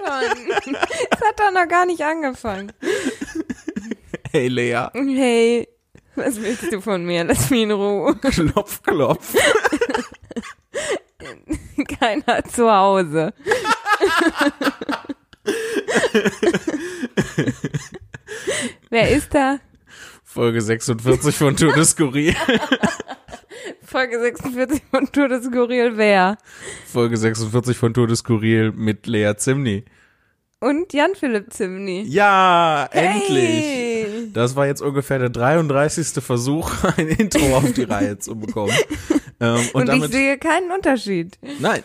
schon. Es hat doch noch gar nicht angefangen. Hey Lea, Hey, was willst du von mir? Lass mich in Ruhe. klopf, klopf. Keiner zu Hause. Wer ist da? Folge 46 von Tour de Skurril. Folge 46 von Tour des Skurril. Wer? Folge 46 von Tour de Skurril mit Lea Zimni. Und Jan-Philipp Zimni. Ja, endlich. Hey. Das war jetzt ungefähr der 33. Versuch, ein Intro auf die Reihe zu bekommen. Ähm, und, Und, ich damit, sehe keinen Unterschied. nein.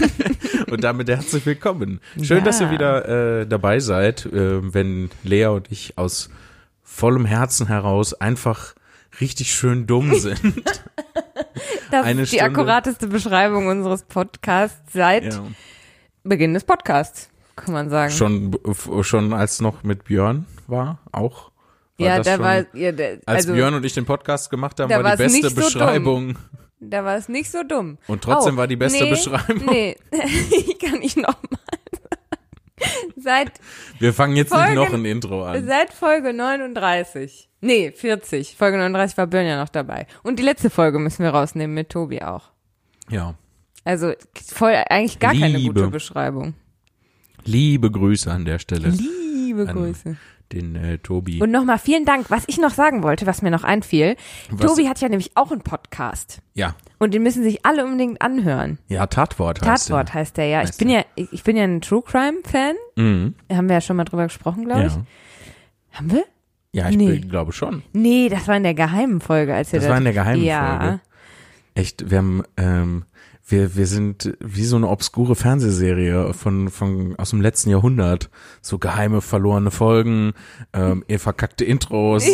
und damit herzlich willkommen. Schön, dass ihr Ja. wieder äh, dabei seid, ähm, wenn Lea und ich aus vollem Herzen heraus einfach richtig schön dumm sind. Das Eine ist die Stunde. akkurateste Beschreibung unseres Podcasts seit ja. Beginn des Podcasts, kann man sagen. Schon, f- schon als noch mit Björn war, auch. War ja, das da schon- war, ja, der, Als also, Björn und ich den Podcast gemacht haben, da war die war's nicht beste so Beschreibung. da war es nicht so dumm. Und trotzdem Oh, war die beste nee, Beschreibung. Nee, kann ich nochmal sagen. Seit, Wir fangen jetzt Folgen- Also- nicht noch ein Intro an. seit Folge 39. Nee, 40. Folge 39 war Björn ja noch dabei. Und die letzte Folge müssen wir rausnehmen mit Tobi auch. Ja. Also voll eigentlich gar keine Liebe. gute Beschreibung. Liebe Grüße an der Stelle, Liebe Grüße. den äh, Tobi. Und nochmal vielen Dank. Was ich noch sagen wollte, was mir noch einfiel, Was- Tobi hat ja nämlich auch einen Podcast. ja. Und den müssen sich alle unbedingt anhören. Ja, Tatwort heißt Tatwort heißt der ja. Ich bin ja, ich ich bin ja ein True Crime Fan. der. Mhm. Haben wir ja schon mal drüber gesprochen, glaube Ja. ich. Haben wir? ja, ich Nee. bin, glaube schon. Nee, das war in der geheimen Folge, als wir Das war in der geheimen ja. Folge. Echt, wir haben, ähm, wir, wir sind wie so eine obskure Fernsehserie von, von, aus dem letzten Jahrhundert. So geheime, verlorene Folgen, ähm, ihr verkackte Intros.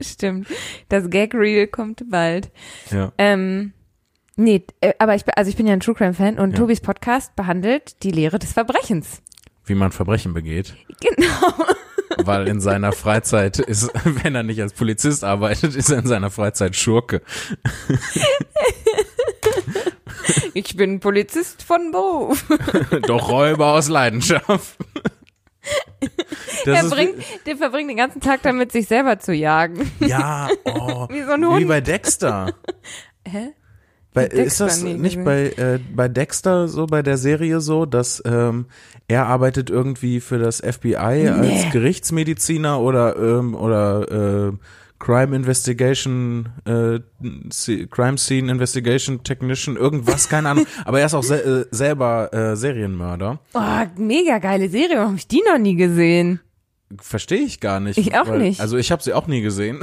Stimmt. Das Gag Reel kommt bald. ja. Ähm, nee, äh, aber ich bin, also ich bin ja ein True Crime Fan und Tobis Podcast behandelt die Lehre des Verbrechens. Wie man Verbrechen begeht. Genau. Weil in seiner Freizeit ist, wenn er nicht als Polizist arbeitet, ist er in seiner Freizeit Schurke. Ich bin Polizist von Beruf. Doch Räuber aus Leidenschaft. Das Er bringt, der verbringt den ganzen Tag damit, sich selber zu jagen. wie, ja, oh, Wie so ein Hund. wie bei Dexter. Hä? Bei, Dexter ist das nie nicht gesehen. bei, äh, bei Dexter so, bei der Serie so, dass ähm, er arbeitet irgendwie für das FBI als Gerichtsmediziner oder, ähm, oder äh, Crime Investigation, äh, Se- Crime Scene Investigation Technician, irgendwas, keine Ahnung. Aber er ist auch se äh, selber äh, Serienmörder. Oh, mega geile Serie, warum habe ich die noch nie gesehen? Verstehe ich gar nicht. Ich auch nicht. Also ich habe sie auch nie gesehen.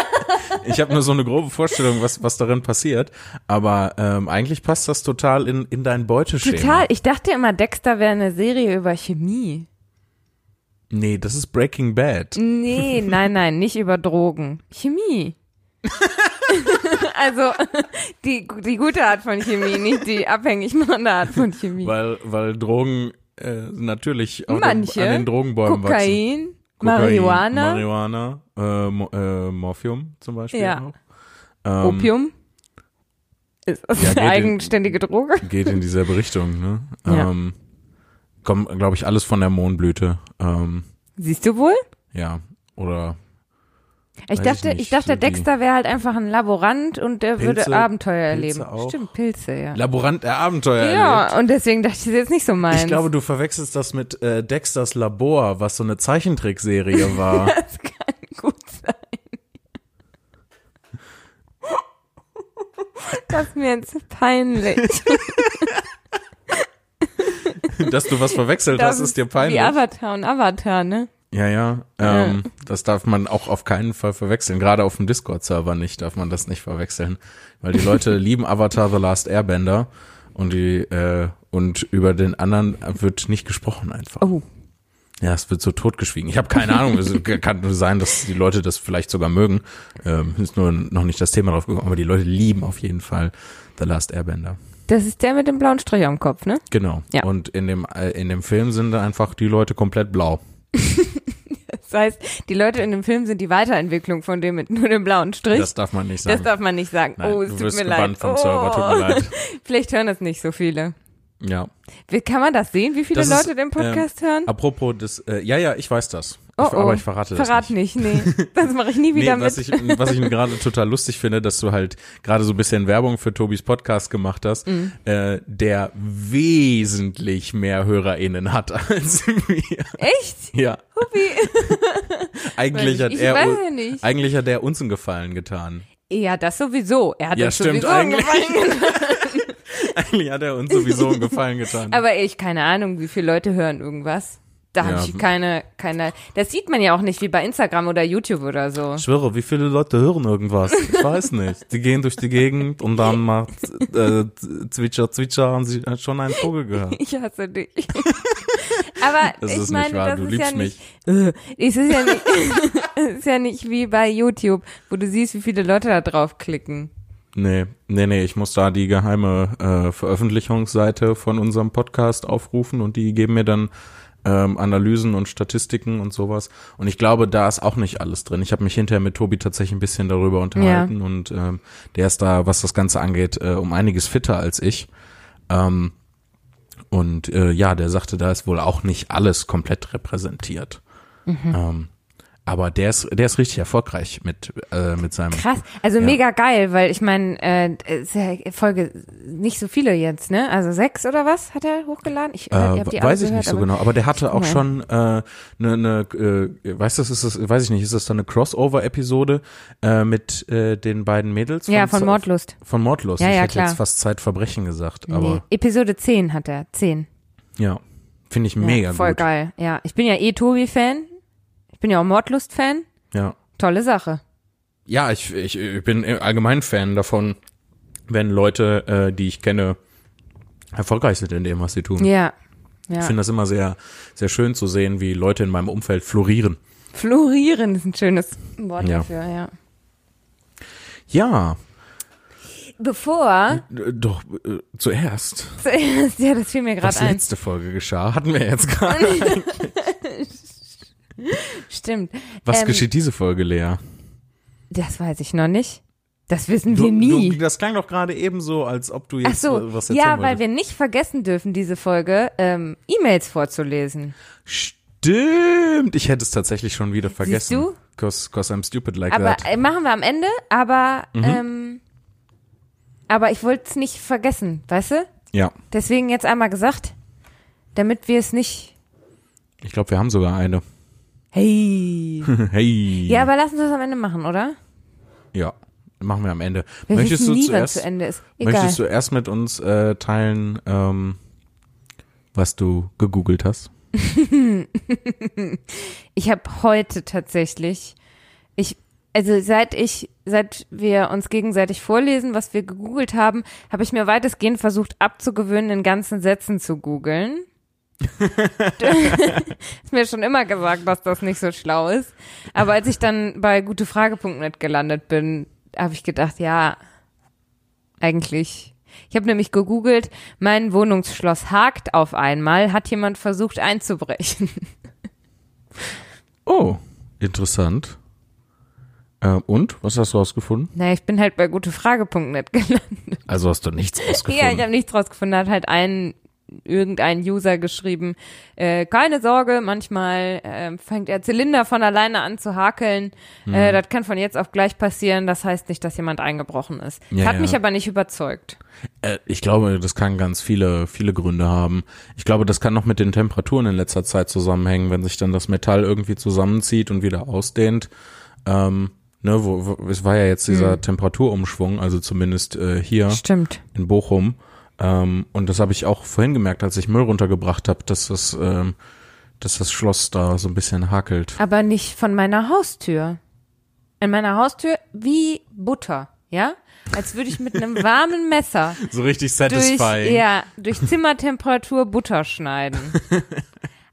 ich habe nur so eine grobe Vorstellung, was, was darin passiert. Aber ähm, eigentlich passt das total in, in dein Beuteschema. Total, ich dachte immer, Dexter wäre eine Serie über Chemie. Nee, das ist Breaking Bad. Nee, nein, nein, nicht über Drogen. Chemie. also die, die gute Art von Chemie, nicht die abhängig machende Art von Chemie. Weil, weil Drogen äh, natürlich auch Manche. an den Drogenbäumen wachsen. Kokain, Kokain, Marihuana, Marihuana, äh, Mo äh, Morphium zum Beispiel Ja. auch. Ähm, Opium. Ist das Ja, geht in- eine eigenständige Droge? Geht in dieselbe Richtung, ne? Ja. Ähm, kommt, glaube ich, alles von der Mohnblüte. Ähm, Siehst du wohl? ja. Oder Ich Weiß dachte, ich ich, nicht, dachte, so die- Dexter wäre halt einfach ein Laborant und der würde Pilze- Abenteuer erleben. Pilze auch. Stimmt, Pilze, ja. Laborant der Abenteuer erlebt. Ja, und deswegen dachte ich, das ist jetzt nicht so meins. Ich glaube, du verwechselst das mit äh, Dexters Labor, was so eine Zeichentrickserie war. das kann gut sein. Das ist mir jetzt peinlich. Dass du was verwechselt hast, ist dir peinlich. Wie Avatar und Avatar, ne? Ja, ja. Ähm, das darf man auch auf keinen Fall verwechseln. Gerade auf dem Discord-Server nicht darf man das nicht verwechseln. Weil die Leute lieben Avatar The Last Airbender und die äh, und über den anderen wird nicht gesprochen einfach. Oh. Ja, es wird so totgeschwiegen. Ich habe keine Ahnung. Es kann nur sein, dass die Leute das vielleicht sogar mögen. Ähm, ist nur noch nicht das Thema drauf gekommen, aber die Leute lieben auf jeden Fall The Last Airbender. Das ist der mit dem blauen Strich am Kopf, ne? Genau. Ja. Und in dem äh, in dem Film sind einfach die Leute komplett blau. Das heißt, die Leute in dem Film sind die Weiterentwicklung von dem mit nur dem blauen Strich. Das darf man nicht sagen. Das darf man nicht sagen. Nein, oh, es du tut wirst mir leid. gebannt vom oh. Server, tut mir leid. Vielleicht hören das nicht so viele. Ja. Wie- Kann man das sehen, wie viele Das ist, ähm, Leute den Podcast hören? Apropos des, äh, ja, ja, ich weiß das. Oh, ich, oh. Aber ich verrate das Verrat nicht, nee. Das mache ich nie Nee, wieder mit. was ich, was ich gerade total lustig finde, dass du halt gerade so ein bisschen Werbung für Tobis Podcast gemacht hast, Mhm. äh, der wesentlich mehr HörerInnen hat als wir. Echt? Ja. eigentlich, hat Ich er, weiß un- ja nicht. eigentlich hat er uns einen Gefallen getan. Ja, das sowieso. Er hat Ja, uns stimmt, sowieso eigentlich. angefangen. Eigentlich hat er uns sowieso einen Gefallen getan. Aber ich, keine Ahnung, wie viele Leute hören irgendwas. Da habe Ja. ich keine, keine, das sieht man ja auch nicht wie bei Instagram oder YouTube oder so. ich schwöre, wie viele Leute hören irgendwas? Ich weiß nicht. Die gehen durch die Gegend und dann macht äh, Zwitscher, Zwitscher, haben sie schon einen Vogel gehört. Ich hasse dich. Aber Das ich ist nicht meine, wahr, das du ist liebst ja nicht, Äh, es ist ja nicht, es ist ja nicht wie bei YouTube, wo du siehst, wie viele Leute da draufklicken. Nee, nee, nee, ich muss da die geheime äh, Veröffentlichungsseite von unserem Podcast aufrufen und die geben mir dann ähm, Analysen und Statistiken und sowas. Und ich glaube, da ist auch nicht alles drin. Ich habe mich hinterher mit Tobi tatsächlich ein bisschen darüber unterhalten und ähm, der ist da, was das Ganze angeht, äh, um einiges fitter als ich. Ähm, und äh, ja, der sagte, da ist wohl auch nicht alles komplett repräsentiert. Ähm, aber der ist, der ist richtig erfolgreich mit, äh, mit seinem Krass, also mega geil, weil ich meine, äh, es ist ja Folge nicht so viele jetzt, ne? Also sechs oder was hat er hochgeladen? Ich, Äh, ich hab die alle weiß ich gehört, nicht so aber- genau, aber der hatte auch mal. schon eine, äh, ne, ne, äh, weißt du, ist das, weiß ich nicht, ist das dann eine Crossover-Episode äh, mit äh, den beiden Mädels? Ja, von Z- Mordlust. Von Mordlust. Ja, ich ja, hätte klar. jetzt fast Zeitverbrechen gesagt, Nee, aber Episode 10 hat er, 10. ja, finde ich Ja, mega voll gut. geil, ja. Ich bin ja eh Tobi-Fan, ich bin ja auch Mordlust-Fan, Ja, tolle Sache. ja ich, ich, ich bin allgemein Fan davon, wenn Leute, äh, die ich kenne, erfolgreich sind in dem, was sie tun. Ja, ja. Ich finde das immer sehr, sehr schön zu sehen, wie Leute in meinem Umfeld florieren. Florieren ist ein schönes Wort Ja. dafür, ja. Ja, Bevor, äh, doch, äh, zuerst. zuerst, ja, das fiel mir gerade Was ein. letzte Folge geschah, hatten wir jetzt gerade. Stimmt. Was Ähm, geschieht diese Folge, Lea? Das weiß ich noch nicht. Das wissen wir nie. das klang doch gerade eben so, als ob du äh, Ach so, ja, weil wir nicht vergessen dürfen, diese Folge ähm, E-Mails vorzulesen. Stimmt, ich hätte es tatsächlich schon wieder vergessen. du? Cause, cause I'm stupid like Aber that. äh, machen wir am Ende, aber Mhm. ähm, aber ich wollte es nicht vergessen, weißt du? Ja, Deswegen jetzt einmal gesagt, damit wir es nicht. ich glaube, wir haben sogar eine. Hey. hey. ja, aber lass uns das am Ende machen, oder? Ja, machen wir am Ende. Wir möchtest wissen du nie, zuerst, wann zu Ende ist. Egal. möchtest du erst mit uns äh, teilen, ähm, was du gegoogelt hast? Ich habe heute tatsächlich, ich, also seit ich, seit wir uns gegenseitig vorlesen, was wir gegoogelt haben, habe ich mir weitestgehend versucht abzugewöhnen, in ganzen Sätzen zu googeln. ist mir schon immer gesagt, dass das nicht so schlau ist. Aber als ich dann bei gutefrage.net gelandet bin, habe ich gedacht, ja, eigentlich. Ich habe nämlich gegoogelt, mein Wohnungsschloss hakt auf einmal, hat jemand versucht einzubrechen. Oh, interessant. Äh, und, was hast du rausgefunden? Naja, ich bin halt bei gutefrage.net gelandet. Also hast du nichts Ja, ich rausgefunden. habe nichts rausgefunden. Da Hat halt ein, irgendein User geschrieben, äh, keine Sorge, manchmal ähm, fängt der Zylinder von alleine an zu hakeln. Äh, das kann von jetzt auf gleich passieren. Das heißt nicht, dass jemand eingebrochen ist. Ja, Hat ja. mich aber nicht überzeugt. äh, ich glaube, das kann ganz viele, viele Gründe haben. Ich glaube, das kann noch mit den Temperaturen in letzter Zeit zusammenhängen, wenn sich dann das Metall irgendwie zusammenzieht und wieder ausdehnt. Ähm, ne, wo, wo, es war ja jetzt dieser Temperaturumschwung, also zumindest äh, hier Stimmt. in Bochum. Ähm, und das habe ich auch vorhin gemerkt, als ich Müll runtergebracht habe, dass das, ähm, dass das Schloss da so ein bisschen hakelt. Aber nicht von meiner Haustür. In meiner Haustür wie Butter, ja? Als würde ich mit einem warmen Messer So richtig durch, ja, durch Zimmertemperatur Butter schneiden.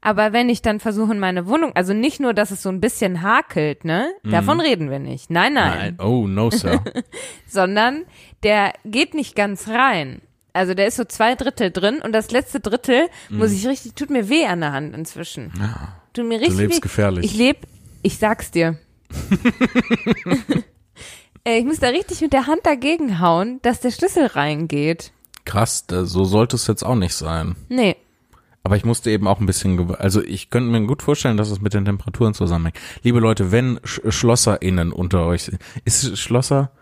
Aber wenn ich dann versuche in meine Wohnung, also nicht nur, dass es so ein bisschen hakelt, ne? Davon reden wir nicht. Nein, nein, Mhm. Nein. Oh, no, sir. Sondern der geht nicht ganz rein. Also der ist so zwei Drittel drin und das letzte Drittel Mhm. muss ich richtig, tut mir weh an der Hand inzwischen. Tut mir richtig lebst weh. gefährlich. Ich leb, ich sag's dir. Äh, ich muss da richtig mit der Hand dagegen hauen, dass der Schlüssel reingeht. krass, da- so sollte es jetzt auch nicht sein. Nee. Aber ich musste eben auch ein bisschen, gew- also ich könnte mir gut vorstellen, dass es mit den Temperaturen zusammenhängt. Liebe Leute, wenn Sch SchlosserInnen unter euch sind, ist Schlosser,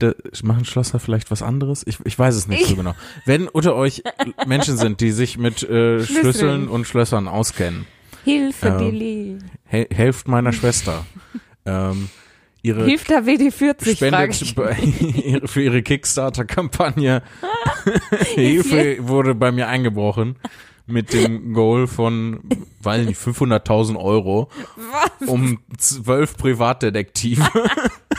de, machen Schlosser vielleicht was anderes? Ich, ich weiß es nicht so genau. Wenn unter euch Menschen sind, die sich mit äh, Schlüsseln und Schlössern auskennen, Hilfe, Ähm, Dili. hel helft meiner Schwester. ähm, ihre Hilft da WD40, frage spendet ich. bei, ihre, für ihre Kickstarter-Kampagne. Hilfe wurde bei mir eingebrochen mit dem Goal von, weiß nicht, 500.000 Euro, Was? um zwölf Privatdetektive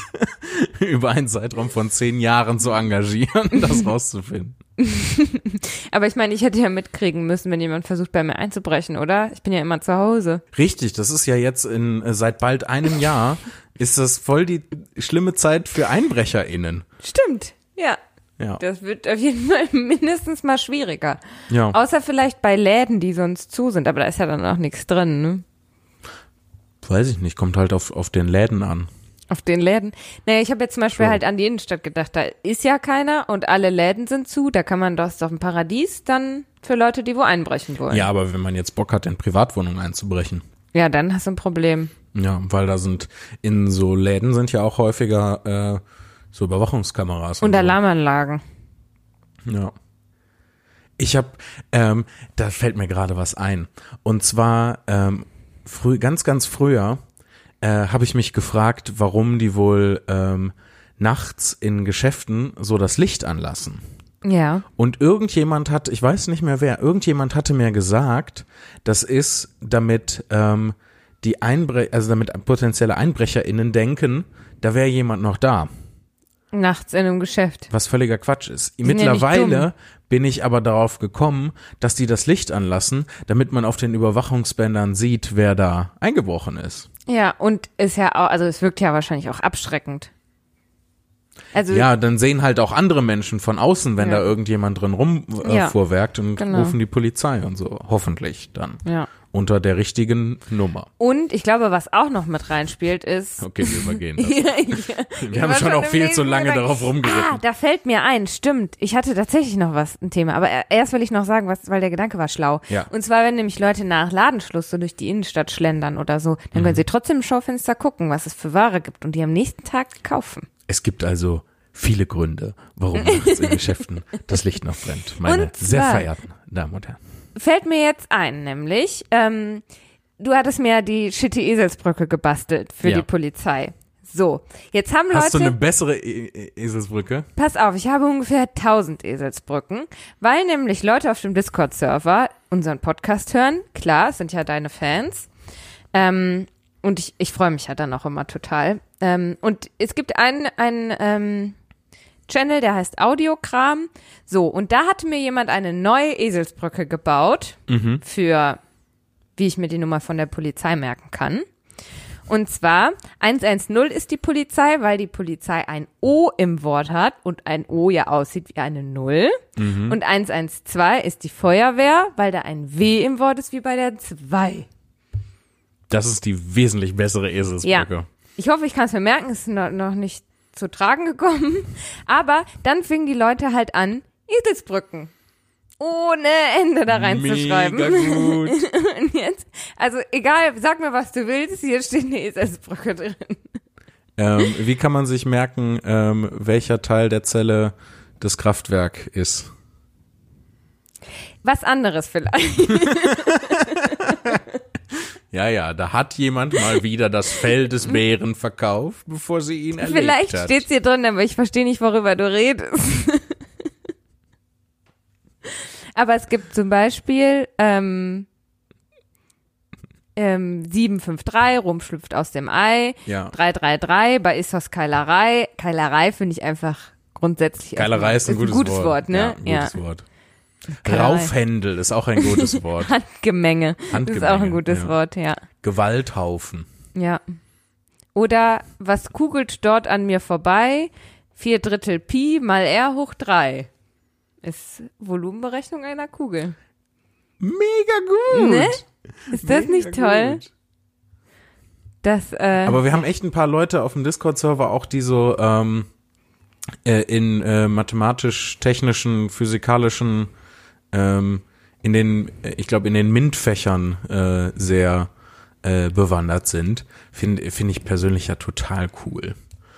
über einen Zeitraum von zehn Jahren zu engagieren, das rauszufinden. Aber ich meine, ich hätte ja mitkriegen müssen, wenn jemand versucht, bei mir einzubrechen, oder? Ich bin ja immer zu Hause. Richtig, das ist ja jetzt in äh, seit bald einem Jahr ist das voll die schlimme Zeit für EinbrecherInnen. Stimmt. Ja. Ja. Das wird auf jeden Fall mindestens mal schwieriger. ja. Außer vielleicht bei Läden, die sonst zu sind, aber da ist ja dann auch nichts drin, ne? Weiß ich nicht, kommt halt auf, auf den Läden an. Auf den Läden. Naja, ich habe jetzt zum Beispiel True. halt an die Innenstadt gedacht, da ist ja keiner und alle Läden sind zu, da kann man doch, ist doch ein Paradies dann für Leute, die wo einbrechen wollen. Ja, aber wenn man jetzt Bock hat, in Privatwohnungen einzubrechen. Ja, dann hast du ein Problem. Ja, weil da sind, in so Läden sind ja auch häufiger äh, so Überwachungskameras. Und so. Alarmanlagen. Ja. Ich habe, ähm, da fällt mir gerade was ein. Und zwar ähm, früh, ganz, ganz früher äh, habe ich mich gefragt, warum die wohl ähm, nachts in Geschäften so das Licht anlassen. Ja. Und irgendjemand hat, ich weiß nicht mehr wer, irgendjemand hatte mir gesagt, das ist, damit ähm, die Einbre also damit potenzielle EinbrecherInnen denken, da wäre jemand noch da. Nachts in einem Geschäft. Was völliger Quatsch ist. ja nicht Mittlerweile dumm. bin ich aber darauf gekommen, dass die das Licht anlassen, damit man auf den Überwachungsbändern sieht, wer da eingebrochen ist. Ja, und ist ja auch, also es wirkt ja wahrscheinlich auch abschreckend. Also Ja, dann sehen halt auch andere Menschen von außen, wenn Ja. da irgendjemand drin rumfuhrwerkt äh, Ja. fuhrwerkt und Genau. rufen die Polizei und so. Hoffentlich dann. Ja. Unter der richtigen Nummer. Und ich glaube, was auch noch mit reinspielt, ist. Okay, wir übergehen das. Ja, ich- ich Wir haben war schon auch im viel zu nächsten lange Gedanken. darauf Ah, rumgeritten. da fällt mir ein, stimmt. Ich hatte tatsächlich noch was, ein Thema. Aber erst will ich noch sagen, was, weil der Gedanke war schlau. Ja. Und zwar, wenn nämlich Leute nach Ladenschluss so durch die Innenstadt schlendern oder so, dann Mhm. können sie trotzdem im Schaufenster gucken, was es für Ware gibt und die am nächsten Tag kaufen. Es gibt also viele Gründe, warum nachts in Geschäften das Licht noch brennt. Meine Und sehr zwar- verehrten Damen und Herren. Fällt mir jetzt ein, nämlich, ähm, du hattest mir die shitty Eselsbrücke gebastelt für Ja. die Polizei. So, jetzt haben Hast du Leute. eine bessere e e Eselsbrücke? Pass auf, ich habe ungefähr 1000 Eselsbrücken, weil nämlich Leute auf dem Discord-Server unseren Podcast hören. Klar, es sind ja deine Fans. Ähm, und ich, ich freue mich ja dann auch immer total. Ähm, und es gibt einen, einen ähm, Channel, der heißt Audiokram. So, und da hatte mir jemand eine neue Eselsbrücke gebaut für, wie ich mir die Nummer von der Polizei merken kann. Und zwar 110 ist die Polizei, weil die Polizei ein O im Wort hat und ein O ja aussieht wie eine Null. Mhm. Und 112 ist die Feuerwehr, weil da ein W im Wort ist wie bei der 2. Das ist die wesentlich bessere Ja. Eselsbrücke. Ich hoffe, ich kann es mir merken, ist no- noch nicht zu tragen gekommen. Aber dann fingen die Leute halt an, Eselsbrücken. Ohne Ende da reinzuschreiben. Mega gut. Und jetzt, also egal, sag mir, was du willst, hier steht eine Eselsbrücke drin. ähm, wie kann man sich merken, ähm, welcher Teil der Zelle das Kraftwerk ist? Was anderes vielleicht. Ja, ja, da hat jemand mal wieder das Fell des Bären verkauft, bevor sie ihn erlegt Vielleicht hat. steht's hier drin, aber ich verstehe nicht, worüber du redest. aber es gibt zum Beispiel ähm, ähm, 753, Rum schlüpft aus dem Ei, Ja. 333 bei Issos Keilerei. Keilerei finde ich einfach grundsätzlich erstmal- Geilerei ist ein gutes, Wort. Ja, ne? ein Ja, gutes Wort. Keilerei. Raufhändel ist auch ein gutes Wort. Handgemenge. Das ist auch Handgemenge, ein gutes ja. Wort, ja. Gewalthaufen. Ja. Oder was kugelt dort an mir vorbei? Vier Drittel Pi mal R hoch drei. Ist Volumenberechnung einer Kugel. Mega gut. Ne? Ist das nicht toll? äh, Das, äh, Aber wir haben echt ein paar Leute auf dem Discord-Server auch, die so, ähm, äh, in äh, mathematisch-technischen, physikalischen, ähm, in den, äh, ich glaube, in den MINT-Fächern äh, sehr äh, bewandert sind, finde finde ich persönlich ja total cool.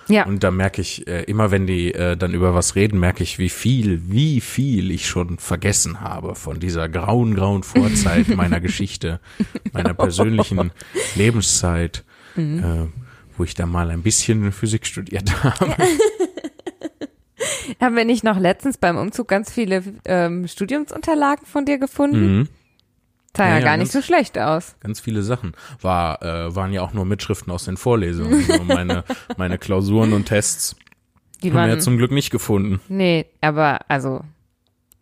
Ja. Und da merke ich, äh, immer wenn die äh, dann über was reden, merke ich, wie viel, wie viel ich schon vergessen habe von dieser grauen, grauen Vorzeit meiner Geschichte, meiner persönlichen Lebenszeit, Mhm. äh, wo ich da mal ein bisschen Physik studiert habe. Haben wir nicht noch letztens beim Umzug ganz viele ähm, Studiumsunterlagen von dir gefunden? Sah ja, Mhm. Ja, ja, gar nicht ganz- so schlecht aus. Ganz viele Sachen. War, äh, waren ja auch nur Mitschriften aus den Vorlesungen. So meine, meine Klausuren und Tests Die haben wir ja waren, zum Glück nicht gefunden. nee, aber also,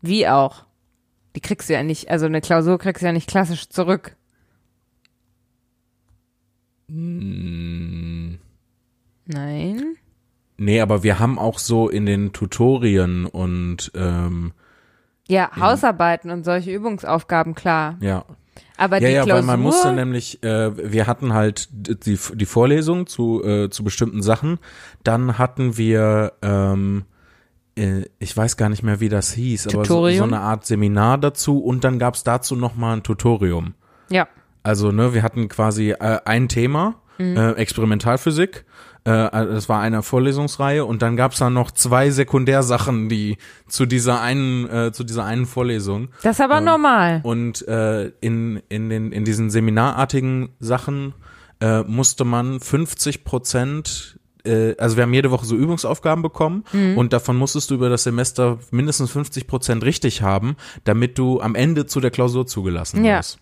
wie auch. Die kriegst du ja nicht, also eine Klausur kriegst du ja nicht klassisch zurück. Nein. Nee, aber wir haben auch so in den Tutorien und ähm, Ja, Hausarbeiten und solche Übungsaufgaben, klar. ja, Aber Ja, die ja, Klausur, weil man musste nämlich, äh, wir hatten halt die, die Vorlesung zu, äh, zu bestimmten Sachen. Dann hatten wir, ähm, äh, ich weiß gar nicht mehr, wie das hieß, aber so, so Tutorium? eine Art Seminar dazu und dann gab's dazu nochmal ein Tutorium. ja, Also, ne, wir hatten quasi äh, ein Thema, äh, Experimentalphysik. Äh, also das war eine Vorlesungsreihe und dann gab's da noch zwei Sekundärsachen, die zu dieser einen, äh, zu dieser einen Vorlesung. das ist aber normal. Und äh, in, in, den, in diesen seminarartigen Sachen äh, musste man 50 Prozent, äh, also wir haben jede Woche so Übungsaufgaben bekommen Mhm. und davon musstest du über das Semester mindestens 50 Prozent richtig haben, damit du am Ende zu der Klausur zugelassen Ja. wirst.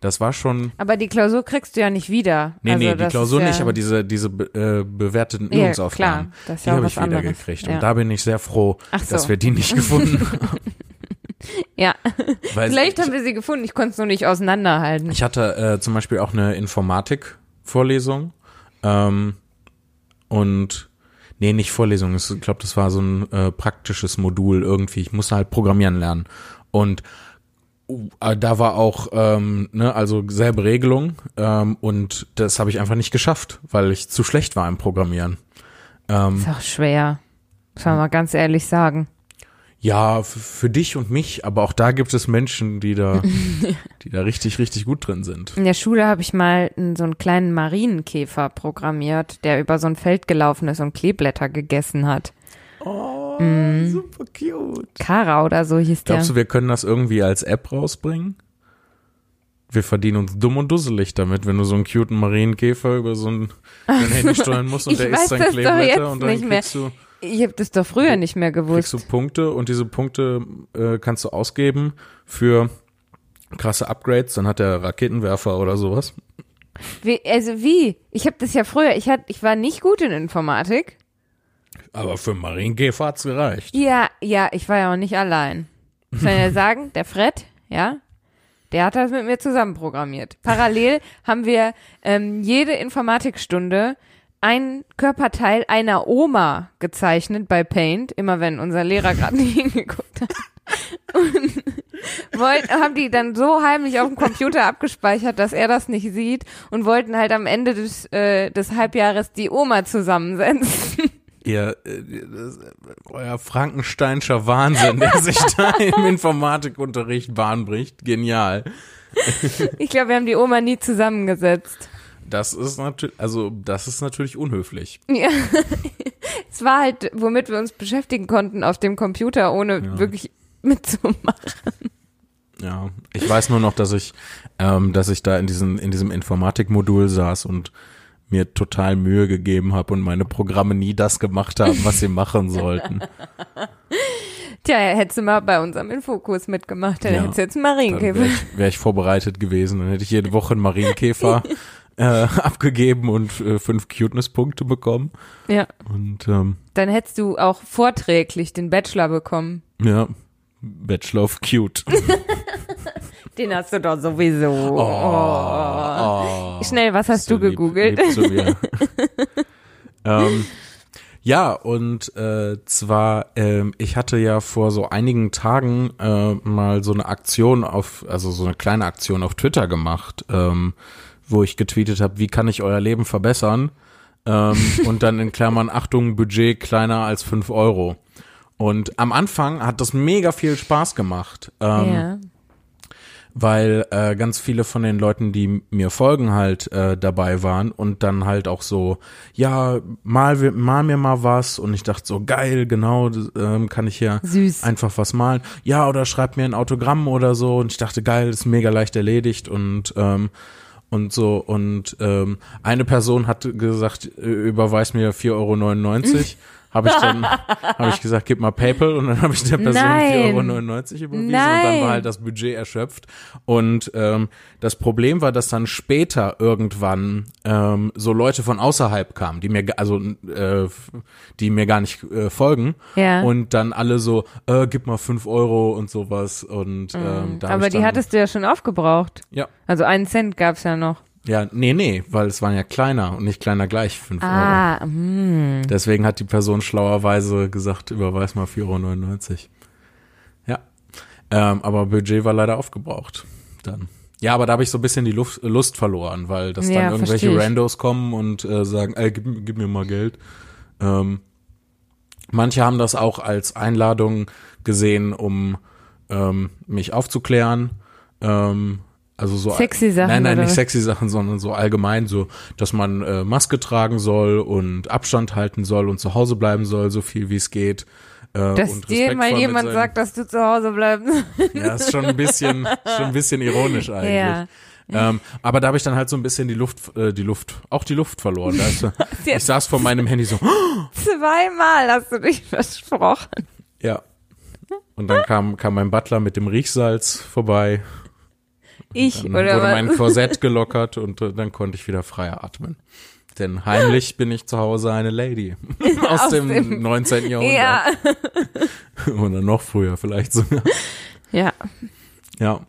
Das war schon. Aber die Klausur kriegst du ja nicht wieder. Nee, also nee, das die ist Klausur ja, nicht, aber diese, diese be- äh, bewerteten Ja, Übungsaufgaben, klar, das ist die ja auch habe was ich wieder anderes. gekriegt. Ja. Und da bin ich sehr froh, Ach so. dass wir die nicht gefunden haben. Ja, weil- vielleicht haben wir sie gefunden, ich konnte es nur nicht auseinanderhalten. Ich hatte äh, zum Beispiel auch eine Informatik-Vorlesung. Ähm, und nee, nicht Vorlesung. Ich glaube, das war so ein äh, praktisches Modul irgendwie. Ich musste halt programmieren lernen. Und uh, äh, da war auch, ähm, ne, also selbe Regelung. Ähm, und das habe ich einfach nicht geschafft, weil ich zu schlecht war im Programmieren. Ähm. Ist auch schwer. Muss man mal ganz ehrlich sagen. Ja, f- für dich und mich, aber auch da gibt es Menschen, die da, die da richtig, richtig gut drin sind. In der Schule habe ich mal n- so einen kleinen Marienkäfer programmiert, der über so ein Feld gelaufen ist und Kleeblätter gegessen hat. Oh, super cute. Kara oder so hieß der. Glaubst du, wir können das irgendwie als App rausbringen? Wir verdienen uns dumm und dusselig damit, wenn du so einen cuten Marienkäfer über so ein dein Handy steuern musst und Ich der weiß isst dann das doch Kleeblätter jetzt und dann nicht mehr. kriegst du, ich habe das doch früher nicht mehr kriegst gewusst. du Punkte und diese Punkte äh, kannst du ausgeben für krasse Upgrades, dann hat der Raketenwerfer oder sowas. Wie, also wie? Ich habe das ja früher, ich, hat, ich war nicht gut in Informatik. Aber für einen Marienkäfer hat's gereicht. Ja, ja, ich war ja auch nicht allein. Ich kann ja sagen, der Fred, ja, der hat das mit mir zusammen programmiert. Parallel haben wir ähm, jede Informatikstunde ein Körperteil einer Oma gezeichnet bei Paint, immer wenn unser Lehrer gerade nicht hingeguckt hat. Und wollten, haben die dann so heimlich auf dem Computer abgespeichert, dass er das nicht sieht und wollten halt am Ende des, äh, des Halbjahres die Oma zusammensetzen. Ihr, äh, das, äh, euer Frankensteinscher Wahnsinn, der sich da im Informatikunterricht bahnbricht. Genial. Ich glaube, wir haben die Oma nie zusammengesetzt. Das ist natürlich, also das ist natürlich unhöflich. Ja. es war halt, womit wir uns beschäftigen konnten auf dem Computer, ohne wirklich mitzumachen. Ja, ich weiß nur noch, dass ich, ähm, dass ich da in diesem in diesem Informatikmodul saß und mir total Mühe gegeben habe und meine Programme nie das gemacht haben, was sie machen sollten. Tja, hättest du mal bei unserem Infokurs mitgemacht, dann Ja. hättest du jetzt einen Dann Marienkäfer. wäre ich, wär ich vorbereitet gewesen, dann hätte ich jede Woche einen Marienkäfer äh, abgegeben und äh, fünf Cuteness-Punkte bekommen. Ja. Und ähm, Dann hättest du auch vorträglich den Bachelor bekommen. ja, Bachelor of Cute. Den hast du doch sowieso. Oh. Schnell, was hast So du lieb- gegoogelt? lieb zu mir. ähm, ja, und äh, zwar, ähm, ich hatte ja vor so einigen Tagen äh, mal so eine Aktion auf, also so eine kleine Aktion auf Twitter gemacht, ähm, wo ich getweetet habe, wie kann ich euer Leben verbessern? Ähm, und dann in Klammern, Achtung, Budget kleiner als 5 Euro. Und am Anfang hat das mega viel Spaß gemacht. Ähm, ja. weil äh, ganz viele von den Leuten, die mir folgen, halt äh, dabei waren und dann halt auch so, ja, mal, wir- mal mir mal was und ich dachte so, geil, genau, das, ähm, kann ich hier Süß. einfach was malen. Ja, oder schreib mir ein Autogramm oder so und ich dachte, geil, ist mega leicht erledigt und ähm, und so und ähm, eine Person hat gesagt, äh, überweis mir 4,99 Mhm. Euro. Habe ich dann, habe ich gesagt, gib mal PayPal und dann habe ich der Person Nein. 4,99 Euro überwiesen und dann Nein. war halt das Budget erschöpft. Und ähm, das Problem war, dass dann später irgendwann ähm, so Leute von außerhalb kamen, die mir ga- also äh, f- die mir gar nicht äh, folgen Ja. und dann alle so äh, gib mal fünf Euro und sowas und ähm, da hab Mhm. Aber ich die dann, hattest du ja schon aufgebraucht. ja Also einen Cent gab's ja noch. ja nee nee weil es waren ja kleiner und nicht kleiner gleich fünf Euro Ah, hm. deswegen hat die Person schlauerweise gesagt überweis mal 4,99 Euro ja ähm, aber Budget war leider aufgebraucht dann ja, aber da habe ich so ein bisschen die Luft, Lust verloren, weil dass Ja, dann irgendwelche versteh ich. Randos kommen und äh, sagen, ey, gib, gib mir mal Geld. Ähm, manche haben das auch als Einladung gesehen, um ähm, mich aufzuklären. Ähm, also so Sexy Sachen, Nein, nein, oder nicht was? sexy Sachen, sondern so allgemein so, dass man äh, Maske tragen soll und Abstand halten soll und zu Hause bleiben soll, so viel wie es geht. Äh, Dass und dir mal respektvoll mit jemand seinen- sagt, dass du zu Hause bleibst. ja, ist schon ein bisschen, schon ein bisschen ironisch eigentlich. Ja. Ähm, aber da habe ich dann halt so ein bisschen die Luft, äh, die Luft, auch die Luft verloren. Da ist so- ich saß vor meinem Handy so, Zweimal hast du dich versprochen. ja. Und dann kam, kam mein Butler mit dem Riechsalz vorbei, Ich dann oder wurde mein was? Korsett gelockert und äh, dann konnte ich wieder freier atmen. Denn heimlich bin ich zu Hause eine Lady. Aus, Aus dem, dem- 19. Jahrhundert. Ja. Oder noch früher vielleicht sogar. Ja. Ja.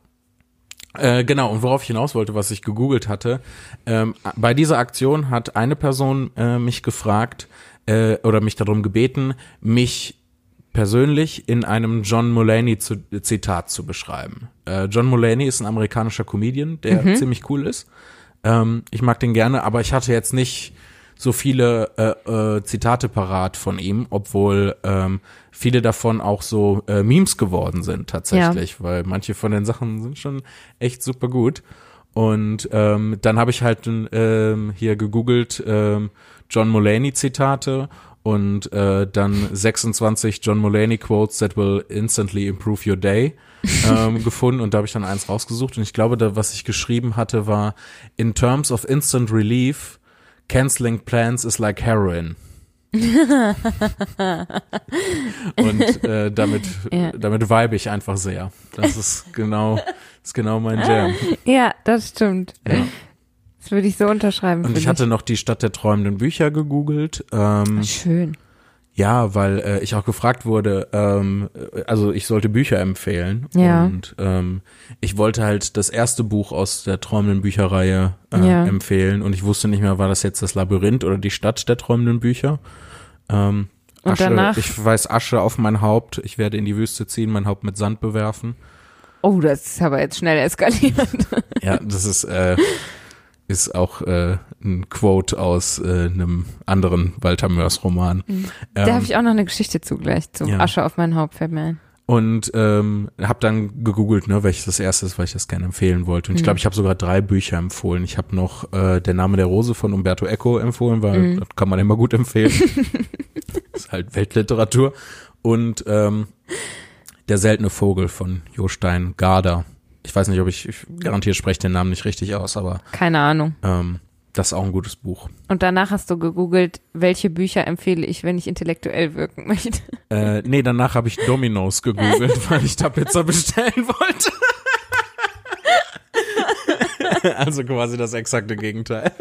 Äh, genau, und worauf ich hinaus wollte, was ich gegoogelt hatte, ähm, bei dieser Aktion hat eine Person äh, mich gefragt äh, oder mich darum gebeten, mich persönlich in einem John Mulaney zu, Zitat zu beschreiben. Äh, John Mulaney ist ein amerikanischer Comedian, der Mhm. ziemlich cool ist. Ähm, ich mag den gerne, aber ich hatte jetzt nicht so viele äh, äh, Zitate parat von ihm, obwohl ähm, viele davon auch so äh, Memes geworden sind tatsächlich, weil manche von den Sachen sind schon echt super gut. Und ähm, dann habe ich halt ähm, hier gegoogelt ähm, John Mulaney Zitate und äh, dann 26 John Mulaney Quotes that will instantly improve your day ähm, gefunden und da habe ich dann eins rausgesucht und ich glaube, da, was ich geschrieben hatte, war in terms of instant relief, canceling plans is like heroin. und äh, damit Ja. damit vibe ich einfach sehr. Das ist genau das ist genau mein Jam. Ja, das stimmt. Ja. Das würde ich so unterschreiben. Und finde ich hatte noch die Stadt der träumenden Bücher gegoogelt. Ähm, Ah, Schön. Ja, weil äh, ich auch gefragt wurde, ähm, äh, also ich sollte Bücher empfehlen. Ja. Und ähm, ich wollte halt das erste Buch aus der träumenden Bücherreihe äh, Ja. empfehlen und ich wusste nicht mehr, war das jetzt das Labyrinth oder die Stadt der träumenden Bücher. Ähm, Und Asche, danach? Ich weiß Asche auf mein Haupt, ich werde in die Wüste ziehen, mein Haupt mit Sand bewerfen. Oh, das ist aber jetzt schnell eskaliert. Ja, das ist, äh, ist auch äh, ein Quote aus äh, einem anderen Walter Mörs Roman. Mhm. Ähm, da habe ich auch noch eine Geschichte zugleich zu Ja. Asche auf mein Haupt fällt mir ein. und ähm, habe dann gegoogelt, ne, welches das erste ist, weil ich das gerne empfehlen wollte. Und ich glaube, ich habe sogar drei Bücher empfohlen. Ich habe noch äh, Der Name der Rose von Umberto Eco empfohlen, weil das kann man immer gut empfehlen. ist halt Weltliteratur. Und ähm, Der seltene Vogel von Jostein Garder. Ich weiß nicht, ob ich, ich garantiert spreche den Namen nicht richtig aus, aber Keine Ahnung. ähm, das ist auch ein gutes Buch. Und danach hast du gegoogelt, welche Bücher empfehle ich, wenn ich intellektuell wirken möchte. Äh, nee, danach habe ich Domino's gegoogelt, weil ich da Pizza bestellen wollte. also quasi das exakte Gegenteil.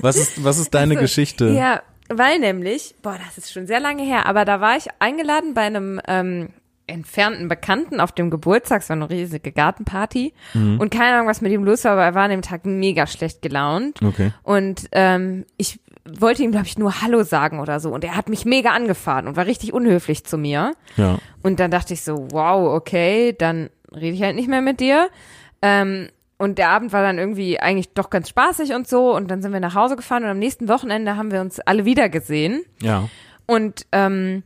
was, ist, was ist deine Geschichte? Also, Ja, weil nämlich, boah, das ist schon sehr lange her, aber da war ich eingeladen bei einem ähm, entfernten Bekannten auf dem Geburtstag, so eine riesige Gartenparty. Und keine Ahnung, was mit ihm los war, aber er war an dem Tag mega schlecht gelaunt. Okay. Und ähm, ich wollte ihm, glaube ich, nur Hallo sagen oder so. Und er hat mich mega angefahren und war richtig unhöflich zu mir. Ja. Und dann dachte ich so, wow, okay, dann rede ich halt nicht mehr mit dir. Ähm, und der Abend war dann irgendwie eigentlich doch ganz spaßig und so. Und dann sind wir nach Hause gefahren und am nächsten Wochenende haben wir uns alle wieder gesehen. Ja. Und ähm,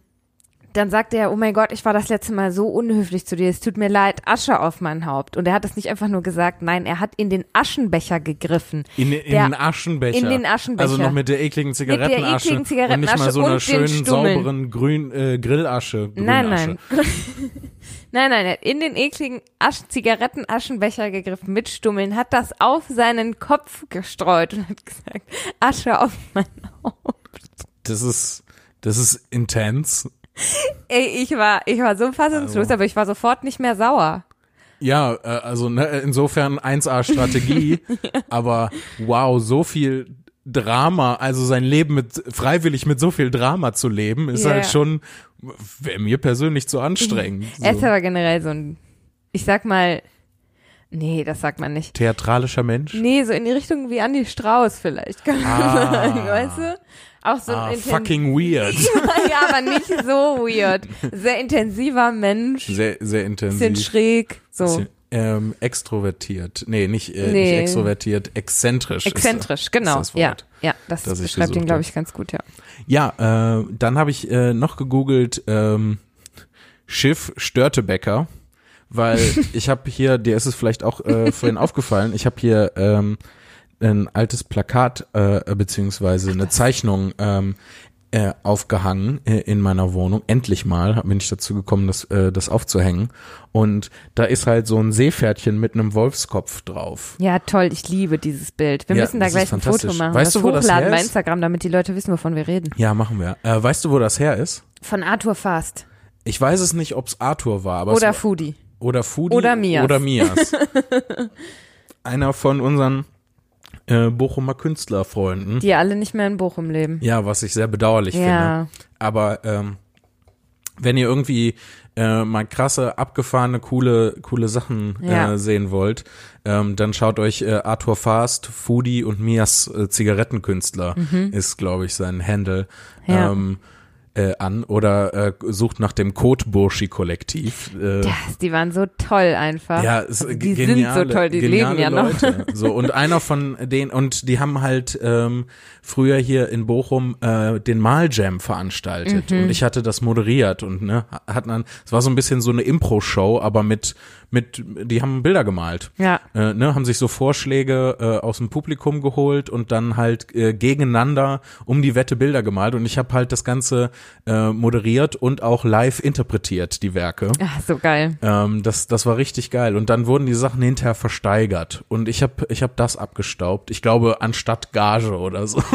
dann sagte er, oh mein Gott, ich war das letzte Mal so unhöflich zu dir. Es tut mir leid, Asche auf mein Haupt. Und er hat das nicht einfach nur gesagt, nein, er hat in den Aschenbecher gegriffen. In, in Der- den Aschenbecher. in den Aschenbecher. Also noch mit der ekligen Zigarettenasche. ekligen und nicht mal Zigarettenasche so einer und den schönen, Stummeln. sauberen Grün, äh, Grillasche. Nein, Grünasche. nein. nein, nein, er hat in den ekligen Asch Zigarettenaschenbecher gegriffen mit Stummeln, hat das auf seinen Kopf gestreut und hat gesagt, Asche auf mein Haupt. Das ist, das ist intens. Ey, ich war, ich war so fassungslos, aber ich war sofort nicht mehr sauer. Ja, äh, also ne, insofern 1A-Strategie, aber wow, so viel Drama, also sein Leben mit freiwillig mit so viel Drama zu leben, ist Ja, halt ja. Mhm. schon wäre mir persönlich zu anstrengend. Er ist So. aber generell so ein, ich sag mal, nee, das sagt man nicht. Theatralischer Mensch. Nee, so in die Richtung wie Andy Strauß vielleicht, kann man sagen, weißt du? Auch so ah, ein intensiver, fucking weird. ja, aber nicht so weird. Sehr intensiver Mensch, Sehr, sehr bisschen intensiv. schräg, so. Bisschen, ähm, extrovertiert. Nee, nicht, äh, Nee. nicht extrovertiert, exzentrisch. ist er. Exzentrisch, genau. das ja, Wort, ja, das, das ich beschreibt ihn, gesucht glaube ich, ganz gut, ja. Ja, äh, dann habe ich äh, noch gegoogelt ähm, Schiff Störtebecker, weil ich habe hier, dir ist es vielleicht auch äh, vorhin aufgefallen, ich habe hier ähm, ein altes Plakat äh, beziehungsweise eine Zeichnung ähm, äh, aufgehangen äh, in meiner Wohnung. Endlich mal hab- bin ich dazu gekommen, das, äh, das aufzuhängen. Und da ist halt so ein Seepferdchen mit einem Wolfskopf drauf. Ja, toll, ich liebe dieses Bild. Wir Ja, müssen da das ist gleich ein Foto fantastisch. machen. Weißt das du, wo das hochladen her bei ist? Instagram, damit die Leute wissen, wovon wir reden. Ja, machen wir. Äh, weißt du, wo das her ist? Von Arthur Fast Ich weiß es nicht, ob's Arthur war, aber oder es Foodie. Oder Fudi. Oder Mias. Oder Mias. Einer von unseren äh, Bochumer Künstlerfreunden. die alle nicht mehr in Bochum leben. Ja, was ich sehr bedauerlich Ja. finde. Aber ähm, wenn ihr irgendwie äh, mal krasse, abgefahrene, coole, coole Sachen Ja. äh, sehen wollt, ähm, dann schaut euch äh, Arthur Fast, Fudi und Mias äh, Zigarettenkünstler ist, glaube ich, sein Handle. Mhm. Ja. Ähm, äh, an oder äh, sucht nach dem Kotburschi-Kollektiv. Äh, Das, die waren so toll einfach. ja, es, Also die die geniale, sind so toll, die geniale leben ja noch. Leute. So und einer von denen und die haben halt ähm, früher hier in Bochum äh, den Maljam veranstaltet Mhm. und ich hatte das moderiert und ne hatten dann es war so ein bisschen so eine Impro-Show, aber mit mit die haben Bilder gemalt. Ja. Äh, ne, haben sich so Vorschläge äh, aus dem Publikum geholt und dann halt äh, gegeneinander um die Wette Bilder gemalt und ich habe halt das ganze äh, moderiert und auch live interpretiert die Werke. Ach, Ah, so geil. Ähm, das, das war richtig geil. Und dann wurden die Sachen hinterher versteigert. Und ich habe ich hab das abgestaubt. Ich glaube, anstatt Gage oder so.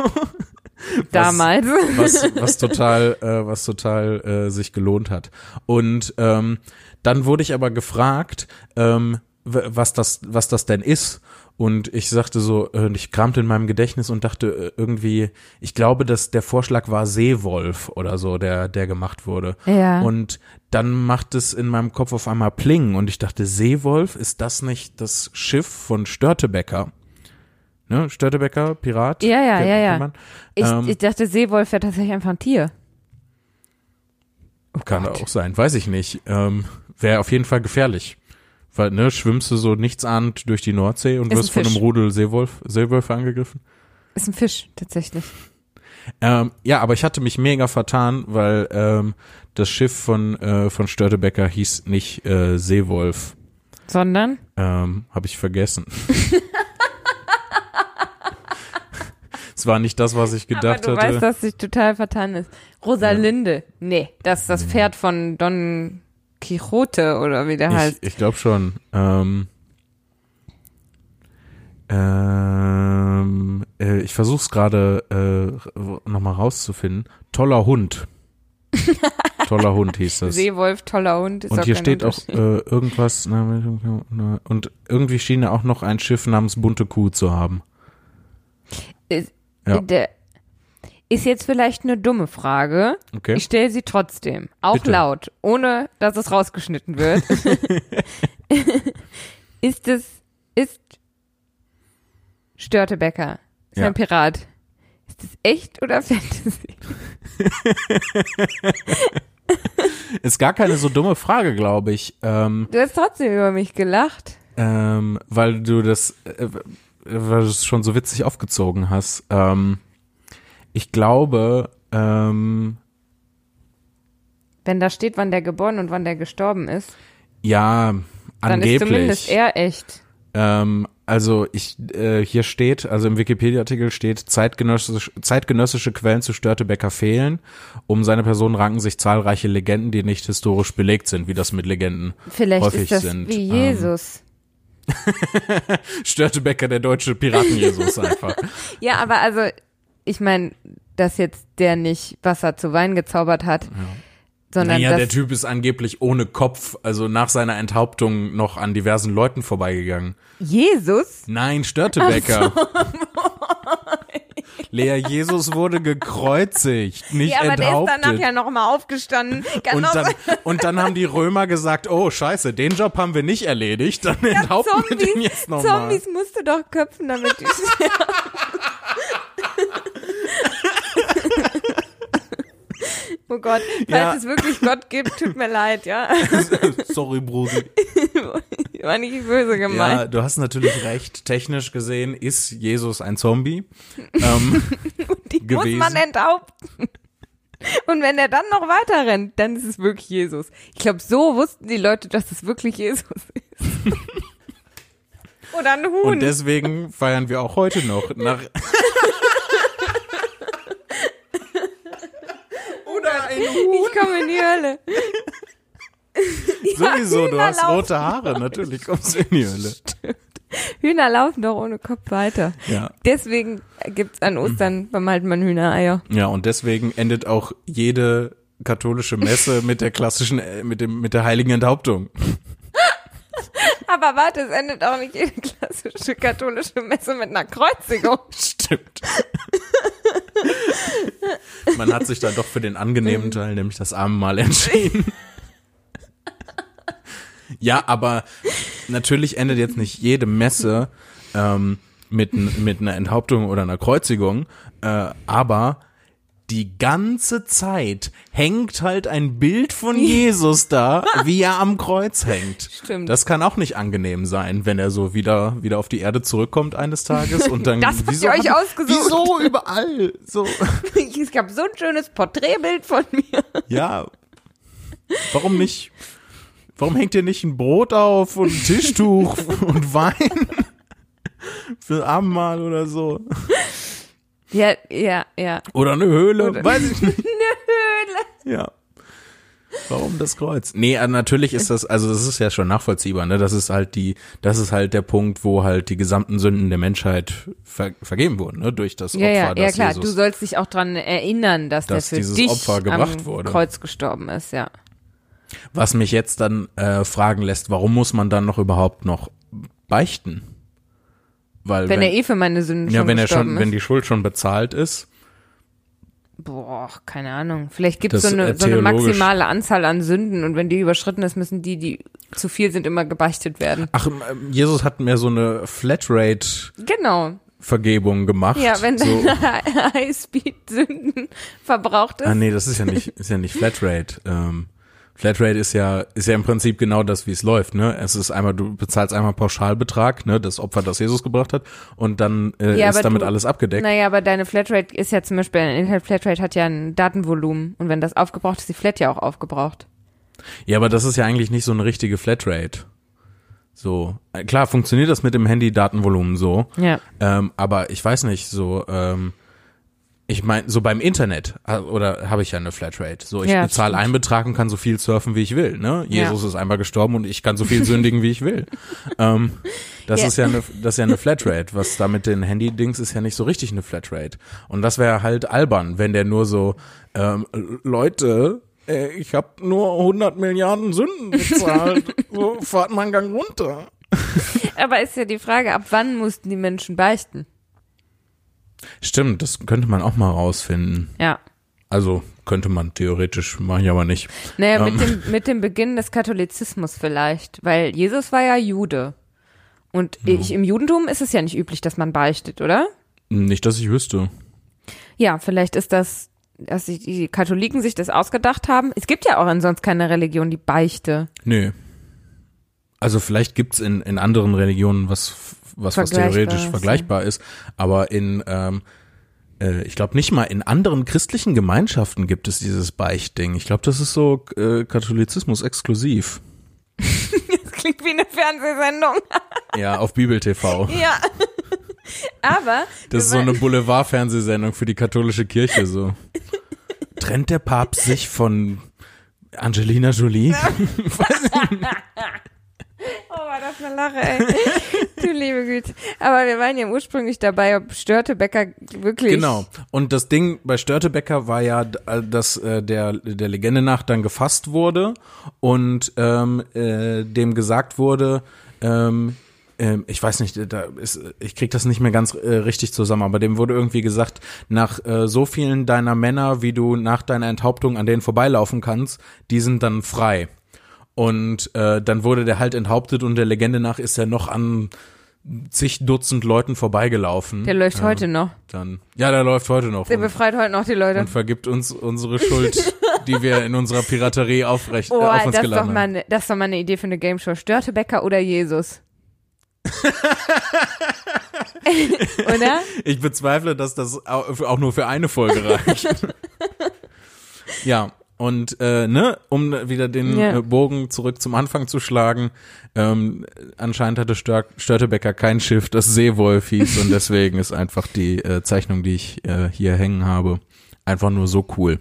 Damals. Was, was total, äh, was total äh, sich gelohnt hat. Und ähm, dann wurde ich aber gefragt, ähm, w- was, das, was das denn ist. Und ich sagte so, äh, und ich kramte in meinem Gedächtnis und dachte äh, irgendwie, ich glaube, dass der Vorschlag war Seewolf oder so, der, der gemacht wurde. Ja. Und dann macht es in meinem Kopf auf einmal Pling und ich dachte, Seewolf, ist das nicht das Schiff von Störtebecker? Ne? Störtebecker, Pirat? Ja, ja, Kennt- ja, ja. kennt man? Ich, ähm, ich dachte, Seewolf wäre tatsächlich einfach ein Tier. Kann auch sein, weiß ich nicht. Ähm, Wäre auf jeden Fall gefährlich. Weil, ne, schwimmst du so nichtsahnd durch die Nordsee und Ist ein wirst von einem Fisch. Rudel Seewolf, Seewölfe angegriffen? Ist ein Fisch, tatsächlich. Ähm, ja, aber ich hatte mich mega vertan, weil ähm, das Schiff von, äh, von Störtebecker hieß nicht äh, Seewolf. Sondern? Ähm, habe ich vergessen. Es war nicht das, was ich Aber gedacht du weißt, hatte. dass sich total vertan ist. Rosalinde. Nee, das ist das Pferd von Don Quixote oder wie der heißt. ich ich glaube schon. Ähm, ähm, äh, ich versuche es gerade äh, nochmal rauszufinden. Toller Hund. Toller Hund hieß das. Seewolf, toller Hund. Ist Und auch hier kein steht auch Unterschied. äh, irgendwas. na, na, Und irgendwie schien er auch noch ein Schiff namens Bunte Kuh zu haben. Ist, Ja. der, ist jetzt vielleicht eine dumme Frage. Okay. Ich stelle sie trotzdem, auch Bitte. laut, ohne dass es rausgeschnitten wird. ist es, ist Störtebecker, ist Ja. ein Pirat. Ist es echt oder Fantasy? Ist gar keine so dumme Frage, Ähm, glaube ich. Ähm, Du hast trotzdem über mich gelacht. ähm, weil du das, äh, weil du es schon so witzig aufgezogen hast. Ähm, ich glaube, ähm, Wenn da steht, wann der geboren und wann der gestorben ist, ja, dann angeblich. ist zumindest er echt. Ähm, also ich, äh, hier steht, also im Wikipedia-Artikel steht, zeitgenössisch, zeitgenössische Quellen zu Störtebecker fehlen. Um seine Person ranken sich zahlreiche Legenden, die nicht historisch belegt sind, wie das mit Legenden Vielleicht häufig ist das sind. wie Ähm, Jesus. Störtebecker, der deutsche Piraten-Jesus einfach. Ja, aber also, ich meine, dass jetzt der nicht Wasser zu Wein gezaubert hat, sondern Naja, dass, der Typ ist angeblich ohne Kopf, also nach seiner Enthauptung noch an diversen Leuten vorbeigegangen. Jesus Nein, Störtebecker. Lea, Jesus wurde gekreuzigt, nicht Ja, aber enthauptet. der ist danach ja nochmal aufgestanden. Genau Kann Und auch dann, sein, und dann haben die Römer gesagt, oh scheiße, den Job haben wir nicht erledigt, dann enthaupten wir den Zombies, jetzt nochmal. Zombies musst du doch köpfen, damit die sterben. Oh Gott, falls Ja. es wirklich Gott gibt, tut mir leid, ja. Sorry, Bruder. War nicht böse Ja, gemeint. du hast natürlich recht. Technisch gesehen ist Jesus ein Zombie. Ähm, die gewesen. muss man enthaupten. Und wenn er dann noch weiter rennt, dann ist es wirklich Jesus. Ich glaube, so wussten die Leute, dass es wirklich Jesus ist. Oder ein Huhn. und deswegen feiern wir auch heute noch. Nach Oder ein Huhn. Ich komme in die Hölle. Sowieso, du Hühner hast laufen rote Haare, natürlich kommst du in die Hölle. Hühner laufen doch ohne Kopf weiter. Ja. Deswegen gibt's an Ostern bemalt man Hühnereier. Ja, und deswegen endet auch jede katholische Messe mit der klassischen, äh, mit dem, mit der heiligen Enthauptung. Aber warte, es endet auch nicht jede klassische katholische Messe mit einer Kreuzigung. Stimmt. Man hat sich dann doch für den angenehmen Teil, nämlich das Abendmahl, entschieden. Ja, aber natürlich endet jetzt nicht jede Messe ähm, mit, n- mit einer Enthauptung oder einer Kreuzigung, äh, aber die ganze Zeit hängt halt ein Bild von Jesus da, wie er am Kreuz hängt. Stimmt. Das kann auch nicht angenehm sein, wenn er so wieder, wieder auf die Erde zurückkommt eines Tages und dann. Das habt ihr euch hab- ausgesucht. Wieso überall? So. Es gab so ein schönes Porträtbild von mir. Ja. Warum nicht? Warum hängt ihr nicht ein Brot auf und ein Tischtuch und Wein? Für Abendmahl oder so. Ja, ja, ja. Oder eine Höhle. Oder- Weiß ich nicht. Ja. Warum das Kreuz? Nee, äh, natürlich ist das, also das ist ja schon nachvollziehbar, ne? Das ist halt die, das ist halt der Punkt, wo halt die gesamten Sünden der Menschheit ver vergeben wurden, ne? Durch das Ja, Opfer, ja, ja das klar. Du Jesus. sollst dich auch dran erinnern, dass, Dass der für dieses dich Opfer gebracht am wurde. Kreuz gestorben ist, ja. Was mich jetzt dann äh, fragen lässt, warum muss man dann noch überhaupt noch beichten? Weil Wenn, er eh für meine Sünden ja, schon wenn er gestorben schon, wenn ist. die Schuld schon bezahlt ist, Boah, keine Ahnung. Vielleicht gibt's Das, so, eine, äh, so eine theologisch- maximale Anzahl an Sünden und wenn die überschritten ist, müssen die, die zu viel sind, immer gebeichtet werden. Ach, ähm, Jesus hat mir so eine Flatrate-Vergebung Genau. gemacht. Ja, wenn so. deine Highspeed-Sünden verbraucht ist. Ah, nee, das ist ja nicht, ist ja nicht Flatrate. Ähm, Flatrate ist ja, ist ja im Prinzip genau das, wie es läuft, ne? Es ist einmal, du bezahlst einmal Pauschalbetrag, ne? Das Opfer, das Jesus gebracht hat. Und dann äh, Ja, aber ist damit du- alles abgedeckt. Naja, aber deine Flatrate ist ja zum Beispiel, eine Internet-Flatrate hat ja ein Datenvolumen und wenn das aufgebraucht ist, die Flat ja auch aufgebraucht. Ja, aber das ist ja eigentlich nicht so eine richtige Flatrate. So. Äh, Klar, funktioniert das mit dem Handy-Datenvolumen so. Ja. Ähm, aber ich weiß nicht, so, ähm, ich meine, so beim Internet ha- oder habe ich ja eine Flatrate. So, ich Ja, bezahle stimmt. einen Betrag und kann so viel surfen, wie ich will. Ne? Ja. Jesus ist einmal gestorben und ich kann so viel sündigen, wie ich will. Ähm, das Ja. ist ja eine, das ist ja eine Flatrate. Was da mit den Handy-Dings ist ja nicht so richtig eine Flatrate. Und das wäre halt albern, wenn der nur so, ähm, Leute, äh, ich habe nur 100 Milliarden Sünden bezahlt. so, fahrt mal einen Gang runter. Aber ist ja die Frage, ab wann mussten die Menschen beichten? Stimmt, das könnte man auch mal rausfinden. Ja. Also könnte man theoretisch, mache ich aber nicht. Naja, Ähm. mit, dem, mit dem Beginn des Katholizismus vielleicht, weil Jesus war ja Jude. Und ich, im Judentum ist es ja nicht üblich, dass man beichtet, oder? Nicht, dass ich wüsste. Ja, vielleicht ist das, dass sich die Katholiken sich das ausgedacht haben. Es gibt ja auch ansonsten keine Religion, die Beichte. Nee. Also vielleicht gibt's in, in anderen Religionen was, was, was Vergleichbar theoretisch ist, vergleichbar ist, aber in, ähm, äh, ich glaube nicht mal in anderen christlichen Gemeinschaften gibt es dieses Beichtding. Ich glaube, das ist so äh, Katholizismus exklusiv. Das klingt wie eine Fernsehsendung. Ja, auf Bibel TV. Ja. Aber Das ist so eine Boulevard-Fernsehsendung für die katholische Kirche so. Trennt der Papst sich von Angelina Oh, Jolie? war das eine Lache, ey. du liebe Güte. Aber wir waren ja ursprünglich dabei, ob störte Becker wirklich. Genau. Und das Ding bei Störtebecker war ja, d- äh, dass äh, der, der Legende nach dann gefasst wurde und ähm, äh, dem gesagt wurde, ähm, ähm, ich weiß nicht, da ist, ich krieg das nicht mehr ganz äh, richtig zusammen, aber dem wurde irgendwie gesagt, nach äh, so vielen deiner Männer, wie du nach deiner Enthauptung an denen vorbeilaufen kannst, die sind dann frei. Und äh, dann wurde der halt enthauptet und der Legende nach ist er noch an zig Dutzend Leuten vorbeigelaufen. Der läuft heute noch. Dann. Ja, der läuft heute noch Der und, befreit heute noch die Leute. und vergibt uns unsere Schuld, die wir in unserer Piraterie aufrecht Oh, äh, auf das uns ist, doch geladen mal haben. ne, das ist doch mal eine Idee für eine Game Show. Störte Becker oder Jesus? oder? Ich bezweifle, dass das au- auch nur für eine Folge reicht. ja, und äh, ne, um wieder den Ja. äh, Bogen zurück zum Anfang zu schlagen, ähm, anscheinend hatte Stör Störtebecker kein Schiff, das Seewolf hieß und deswegen ist einfach die äh, Zeichnung, die ich äh, hier hängen habe, einfach nur so cool.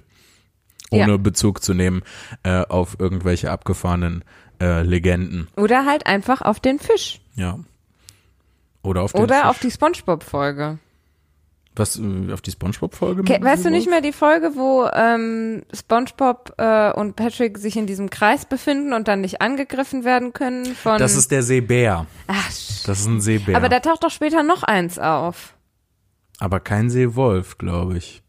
Ohne Ja. Bezug zu nehmen äh, auf irgendwelche abgefahrenen äh, Legenden. Oder halt einfach auf den Fisch. Ja. Oder auf, den Oder Fisch. auf die Spongebob-Folge. was äh, auf die SpongeBob-Folge. Ke- mit Weißt du Seewolf? nicht mehr die Folge, wo ähm, SpongeBob äh, und Patrick sich in diesem Kreis befinden und dann nicht angegriffen werden können von. Das ist der Seebär. Ach, sch- Das ist ein Seebär. aber da taucht doch später noch eins auf. Aber kein Seewolf, glaube ich.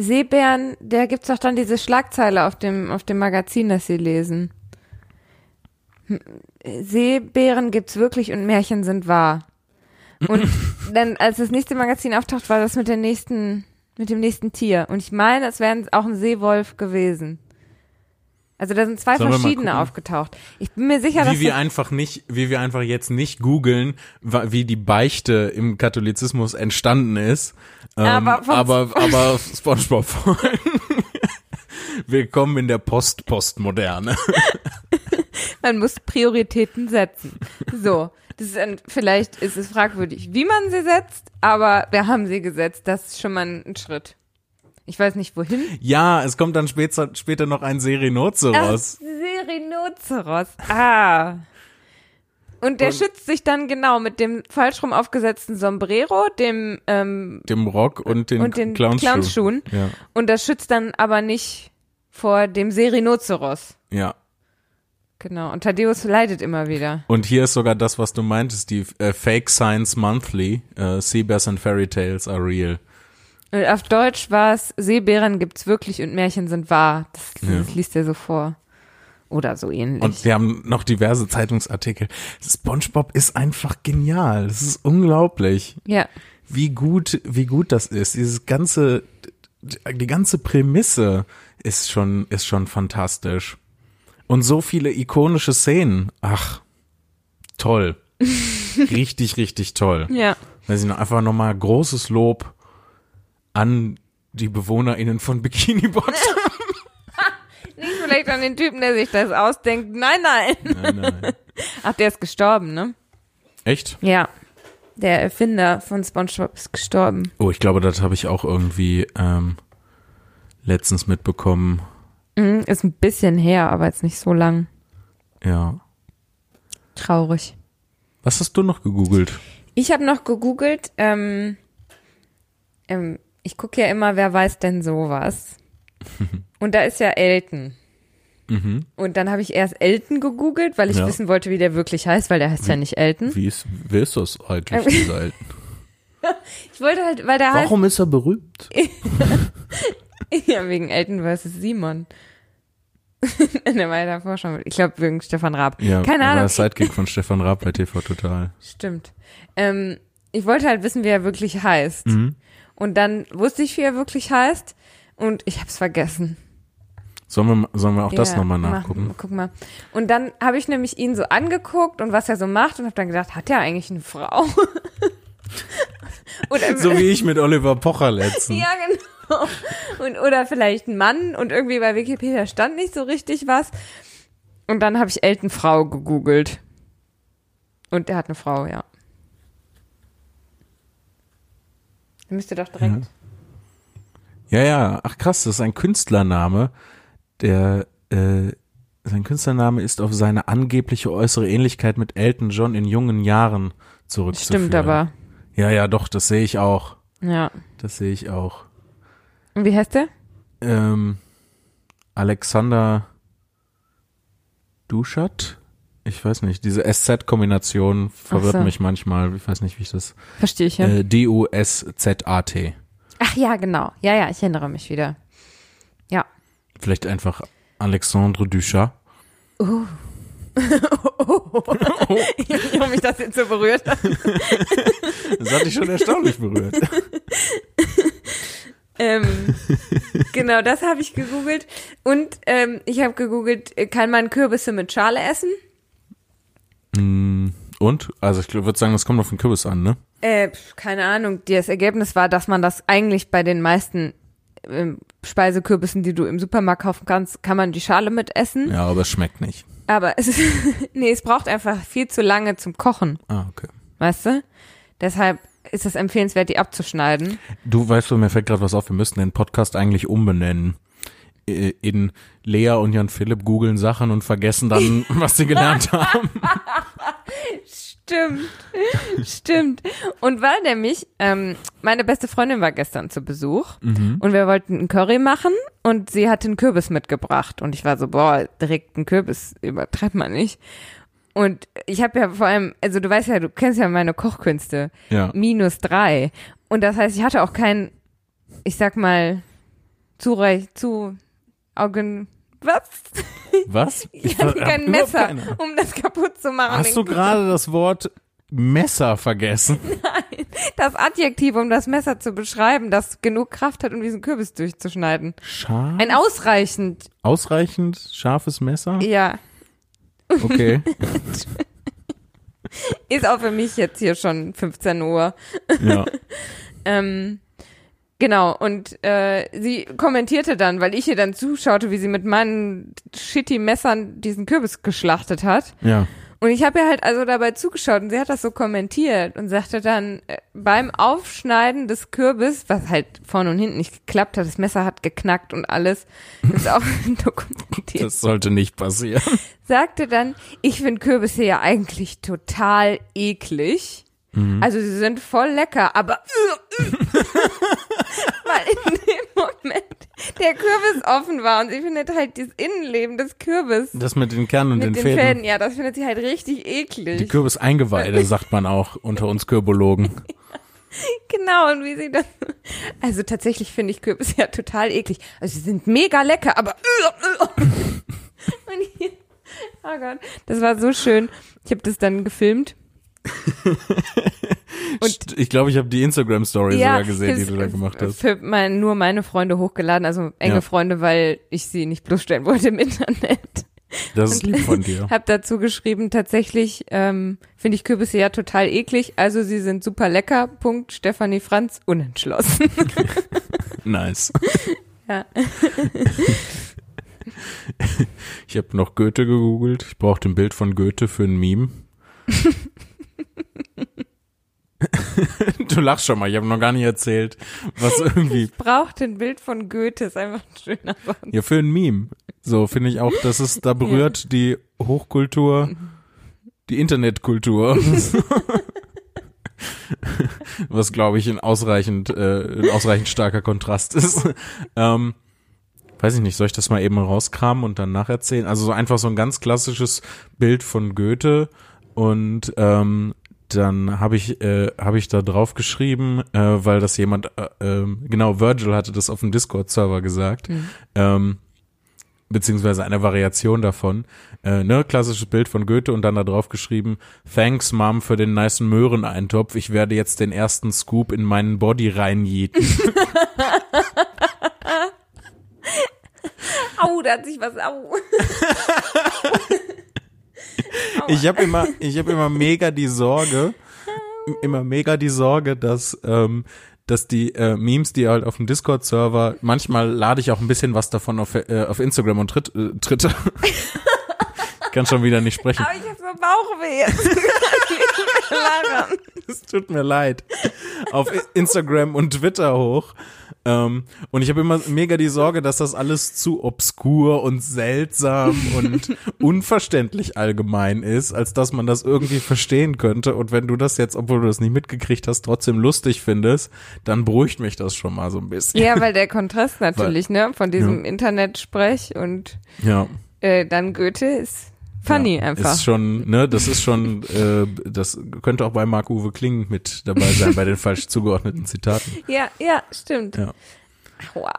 Seebären, da gibt's doch dann diese Schlagzeile auf dem auf dem Magazin, das sie lesen. Hm, Seebären gibt's wirklich und Märchen sind wahr. Und dann, als das nächste Magazin auftaucht, war das mit der nächsten, mit dem nächsten Tier. Und ich meine, es wären auch ein Seewolf gewesen. Also da sind zwei Sollen wir mal verschiedene gucken? aufgetaucht. Ich bin mir sicher, dass Wie wir das- einfach nicht, wie wir einfach jetzt nicht googeln, wa- wie die Beichte im Katholizismus entstanden ist. Ähm, Aber vom- aber, aber SpongeBob. Willkommen in der Post-Postmoderne. man muss Prioritäten setzen. So, das ist ein, vielleicht ist es fragwürdig, wie man sie setzt, aber wir haben sie gesetzt. Das ist schon mal ein Schritt. Ich weiß nicht wohin. Ja, es kommt dann später, später noch ein Serinoze raus. Ach, Serinozeros. Ah. Und der schützt sich dann genau mit dem falsch rum aufgesetzten Sombrero, dem ähm, Dem Rock und den, und den Clownsschuhen. Clownsschuhen. Ja. Und das schützt dann aber nicht vor dem Serinozeros. ja. Genau. Und Thaddeus leidet immer wieder. Und hier ist sogar das, was du meintest, die äh, Fake Science Monthly, äh, Seabass and Fairy Tales are real. Und auf Deutsch war es Seebären gibt's wirklich und Märchen sind wahr. Das, das liest er so vor. Oder so ähnlich. Und wir haben noch diverse Zeitungsartikel. SpongeBob ist einfach genial. Das ist unglaublich, ja. wie gut, wie gut das ist. Dieses ganze, die ganze Prämisse ist schon, ist schon fantastisch. Und so viele ikonische Szenen. Ach, toll. richtig, richtig toll. Ja. Weiß ich noch, einfach nochmal großes Lob an die BewohnerInnen von Bikini Bottom. Nicht vielleicht an den Typen, der sich das ausdenkt. Nein, nein. nein, nein. Ach, der ist gestorben, ne? Echt? Ja. Der Erfinder von SpongeBob ist gestorben. Oh, ich glaube, das habe ich auch irgendwie ähm, letztens mitbekommen. Mhm, Ist ein bisschen her, aber jetzt nicht so lang. Ja. Traurig. Was hast du noch gegoogelt? Ich habe noch gegoogelt, ähm, ähm, ich gucke ja immer, wer weiß denn sowas. Und da ist ja Elton. Und dann habe ich erst Elton gegoogelt, weil ich Mhm. Ja. wissen wollte, wie der wirklich heißt, weil der heißt ja nicht Elton. Wie ist, wer ist das eigentlich, Ähm, dieser Elton? Ich wollte halt, weil der ist er berühmt? heißt ja wegen Elton versus Simon. Eine weiter Forschung. Ich glaube wegen Stefan Raab. Ja, Keine war Ahnung. das Sidekick von Stefan Raab bei TV Total. Stimmt. Ähm, ich wollte halt wissen, wie er wirklich heißt. Mhm. Und dann wusste ich, wie er wirklich heißt. Und ich hab's vergessen. Sollen wir, sollen wir auch das Ja, nochmal mach- nachgucken? Guck mal. Und dann habe ich nämlich ihn so angeguckt und was er so macht und habe dann gedacht, hat er eigentlich eine Frau? Oder So wie ich mit Oliver Pocher letztens. ja, genau. Und, oder vielleicht ein Mann und irgendwie bei Wikipedia stand nicht so richtig was. Und dann habe ich Elton Frau gegoogelt. Und er hat eine Frau, ja. Dann Müsste doch direkt. Ja, ja. Ach krass, das ist ein Künstlername. Der, äh, sein Künstlername ist auf seine angebliche äußere Ähnlichkeit mit Elton John in jungen Jahren zurückzuführen. Stimmt aber. Ja, ja, doch, das sehe ich auch. Ja. Das sehe ich auch. Und wie heißt der? Ähm, Alexander Duschat? Ich weiß nicht, diese SZ-Kombination verwirrt Ach so. mich manchmal. Ich weiß nicht, wie ich das. Verstehe ich ja. Äh, D-U-S-Z-A-T. Ach ja, genau. Ja, ja, ich erinnere mich wieder. Ja. Vielleicht einfach Alexandre Duchat. Warum mich das jetzt so berührt hat. Das hat dich schon erstaunlich berührt. Ähm, genau, das habe ich gegoogelt. Und ähm, ich habe gegoogelt, äh, kann man Kürbisse mit Schale essen? Und? Also ich würde sagen, das kommt auf den Kürbis an, ne? Äh, pf, keine Ahnung. Das Ergebnis war, dass man das eigentlich bei den meisten ähm, Speisekürbissen, die du im Supermarkt kaufen kannst, kann man die Schale mit essen. Ja, aber es schmeckt nicht. Aber es ist, nee, es braucht einfach viel zu lange zum Kochen, Ah, okay. weißt du? Deshalb ist es empfehlenswert, die abzuschneiden. Du weißt du, mir fällt gerade was auf, wir müssten den Podcast eigentlich umbenennen. Äh, In Lea und Jan Philipp googeln Sachen und vergessen dann, was sie gelernt haben. Stimmt, stimmt. Und weil nämlich, ähm, meine beste Freundin war gestern zu Besuch und wir wollten einen Curry machen und sie hatte einen Kürbis mitgebracht und ich war so, boah, direkt einen Kürbis, übertreibt man nicht. Und ich habe ja vor allem, also du weißt ja, du kennst ja meine Kochkünste, Ja. minus drei. Und das heißt, ich hatte auch keinen, ich sag mal, zureich, zu Augen, was? Was? Ich hatte hab kein überhaupt Messer, keine Ahnung. um das kaputt zu machen. Hast du Den- gerade das Wort Messer vergessen? das Adjektiv, um das Messer zu beschreiben, das genug Kraft hat, um diesen Kürbis durchzuschneiden. Scharf? Ein ausreichend, Ausreichend scharfes Messer? ja, Okay. ist auch für mich jetzt hier schon 15 Uhr. Ja. Ähm, genau, und äh, sie kommentierte dann, weil ich ihr dann zuschaute, wie sie mit meinen shitty Messern diesen Kürbis geschlachtet hat. Ja. Und ich habe ihr halt also dabei zugeschaut und sie hat das so kommentiert und sagte dann, äh, beim Aufschneiden des Kürbis, was halt vorne und hinten nicht geklappt hat, das Messer hat geknackt und alles, ist auch dokumentiert. Das sollte nicht passieren. sagte dann, ich finde Kürbisse ja eigentlich total eklig. Mhm. Also sie sind voll lecker, aber weil in dem Moment der Kürbis offen war und sie findet halt das Innenleben des Kürbis Das mit den Kernen und mit den, den Fäden. Fäden, ja, das findet sie halt richtig eklig. Die Kürbis-Eingeweide, sagt man auch unter uns Kürbologen. Genau, und wie sie das. Also tatsächlich finde ich Kürbis ja total eklig. Also sie sind mega lecker, aber. Und hier, oh Gott, das war so schön. Ich habe das dann gefilmt. St- ich glaube, ich habe die Instagram-Story sogar gesehen, die ich du hab's da gemacht hast. Für mein, nur meine Freunde hochgeladen, also enge Ja. Freunde, weil ich sie nicht bloßstellen wollte im Internet. Das ist lieb von dir. Hab dazu geschrieben, tatsächlich ähm, finde ich Kürbisse ja total eklig, also sie sind super lecker. Punkt. Stefanie Franz unentschlossen. Nice. Ja. Ich habe noch Goethe gegoogelt. Ich brauchte ein Bild von Goethe für ein Meme. du lachst schon mal. Ich habe noch gar nicht erzählt, was irgendwie braucht ein Bild von Goethe, ist einfach ein schöner Wort. Ja, für ein Meme. So finde ich auch, dass es da berührt die Hochkultur, die Internetkultur. Was glaube ich ein ausreichend, äh, ein ausreichend starker Kontrast ist. ähm, weiß ich nicht, soll ich das mal eben rauskramen und dann nacherzählen? Also so einfach so ein ganz klassisches Bild von Goethe und ähm, dann habe ich, äh, hab ich da drauf geschrieben, äh, weil das jemand, äh, ähm, genau, Virgil hatte das auf dem Discord-Server gesagt, ähm, beziehungsweise eine Variation davon. Äh, ne, klassisches Bild von Goethe und dann da drauf geschrieben, Thanks, Mom, für den nicen Möhreneintopf. Ich werde jetzt den ersten Scoop in meinen Body reinjieten. Au, da hat sich was, au. Ich habe immer, ich habe immer mega die Sorge, immer mega die Sorge, dass ähm, dass die äh, Memes, die halt auf dem Discord-Server, manchmal lade ich auch ein bisschen was davon auf, äh, auf Instagram und Tritt, äh, Twitter. Ich kann schon wieder nicht sprechen. Aber ich hab so Bauchweh jetzt. Ich kann nicht mehr lachen. Es tut mir leid. Auf I- Instagram und Twitter hoch. Ähm, und ich habe immer mega die Sorge, dass das alles zu obskur und seltsam und unverständlich allgemein ist, als dass man das irgendwie verstehen könnte. Und wenn du das jetzt, obwohl du das nicht mitgekriegt hast, trotzdem lustig findest, dann beruhigt mich das schon mal so ein bisschen. Ja, weil der Kontrast natürlich, ne, von diesem Internetsprech und Ja. äh, dann Goethe ist funny ja. einfach. Ist schon, ne, das ist schon, äh, das könnte auch bei Marc-Uwe Kling mit dabei sein, bei den falsch zugeordneten Zitaten. ja, ja, stimmt. Ja. Aua.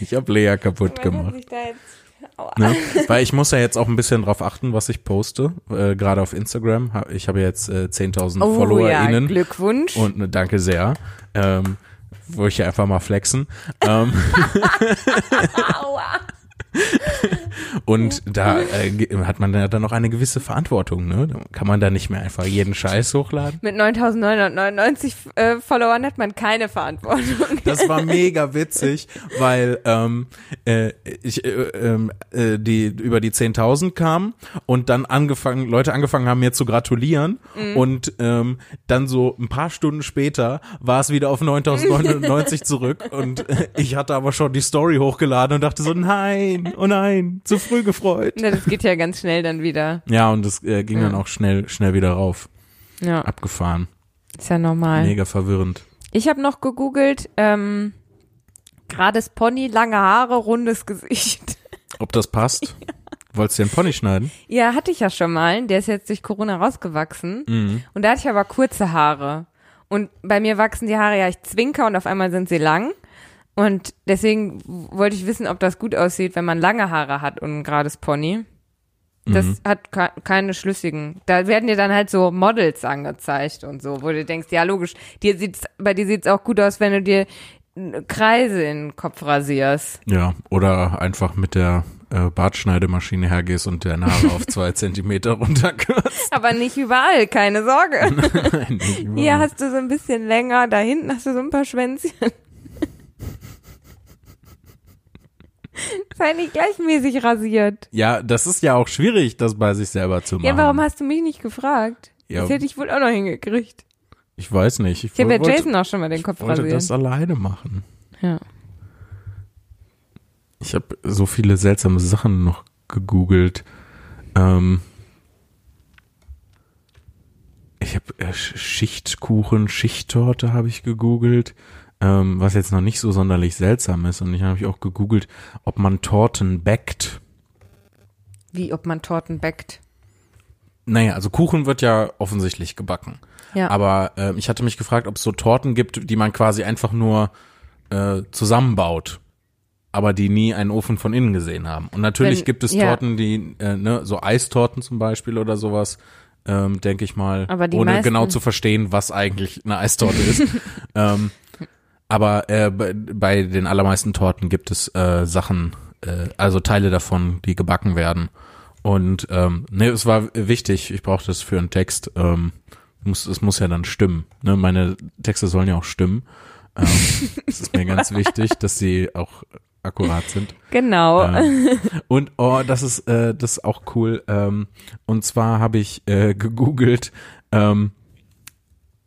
Ich habe Lea kaputt Man gemacht. hat sich da jetzt, aua. Ne? Weil ich muss ja jetzt auch ein bisschen drauf achten, was ich poste, äh, gerade auf Instagram. Ha- Ich habe jetzt äh, 10.000 Oh ja, FollowerInnen Glückwunsch. und ne, danke sehr. Ähm, wollte ich ja einfach mal flexen. Ähm, Aua. und da äh, ge- hat man ja dann noch eine gewisse Verantwortung. Ne? Da Kann man da nicht mehr einfach jeden Scheiß hochladen? Mit 9999 äh, Followern hat man keine Verantwortung. Das war mega witzig, weil ähm, äh, ich äh, ähm, äh, die über die 10.000 kam und dann angefangen Leute angefangen haben mir zu gratulieren und ähm, dann so ein paar Stunden später war es wieder auf 9.099 zurück und äh, ich hatte aber schon die Story hochgeladen und dachte so nein, oh nein, zu früh gefreut. Na, Ne, das geht ja ganz schnell dann wieder. Ja und das äh, ging dann auch schnell schnell wieder rauf, Ja, abgefahren, ist ja normal. mega verwirrend. Ich habe noch gegoogelt, ähm, gerades Pony, lange Haare, rundes Gesicht. Ob das passt? Wolltest du den Pony schneiden? Ja, hatte ich ja schon mal. Der ist jetzt durch Corona rausgewachsen. Und da hatte ich aber kurze Haare. Und bei mir wachsen die Haare ja, ich zwinker und auf einmal sind sie lang. Und deswegen w- wollte ich wissen, ob das gut aussieht, wenn man lange Haare hat und ein gerades Pony. Das hat ke- keine schlüssigen. Da werden dir dann halt so Models angezeigt und so, wo du denkst, ja logisch, dir sieht's, bei dir sieht's auch gut aus, wenn du dir äh, Kreise in den Kopf rasierst. Ja, oder einfach mit der äh, Bartschneidemaschine hergehst und deine Haare auf zwei Zentimeter runterkürzt. Aber nicht überall, keine Sorge. Nein, nicht überall. Hier hast du so ein bisschen länger, da hinten hast du so ein paar Schwänzchen. Sei nicht gleichmäßig rasiert. ja, das ist ja auch schwierig, das bei sich selber zu machen. Ja, warum hast du mich nicht gefragt? Ja. Das hätte ich wohl auch noch hingekriegt. ich weiß nicht. Ich, Ich habe ja wollte, Jason auch schon mal den Kopf wollte rasiert. das alleine machen. Ja. Ich habe so viele seltsame Sachen noch gegoogelt. Ähm, ich habe äh, Sch- Schichtkuchen, Schichttorte habe ich gegoogelt, ähm, was jetzt noch nicht so sonderlich seltsam ist. Und ich habe ich auch gegoogelt, ob man Torten backt. Wie ob man Torten backt. Naja, also Kuchen wird ja offensichtlich gebacken. Ja. Aber ähm, ich hatte mich gefragt, ob es so Torten gibt, die man quasi einfach nur äh, zusammenbaut, aber die nie einen Ofen von innen gesehen haben. Und natürlich Wenn- gibt es ja. Torten, die, äh, ne, so Eistorten zum Beispiel oder sowas, ähm, denke ich mal, Aber die ohne meisten- genau zu verstehen, was eigentlich eine Eistorte ist. ähm, aber äh, bei, bei den allermeisten Torten gibt es äh, Sachen, äh, also Teile davon, die gebacken werden. Und ähm, ne, es war wichtig, ich brauchte es für einen Text. Ähm, muss, es muss ja dann stimmen. Ne? Meine Texte sollen ja auch stimmen. Ähm, es ist mir ganz wichtig, dass sie auch akkurat sind. genau. Ähm, und oh, das ist äh, das ist auch cool. Ähm, und zwar habe ich äh, gegoogelt. Ähm,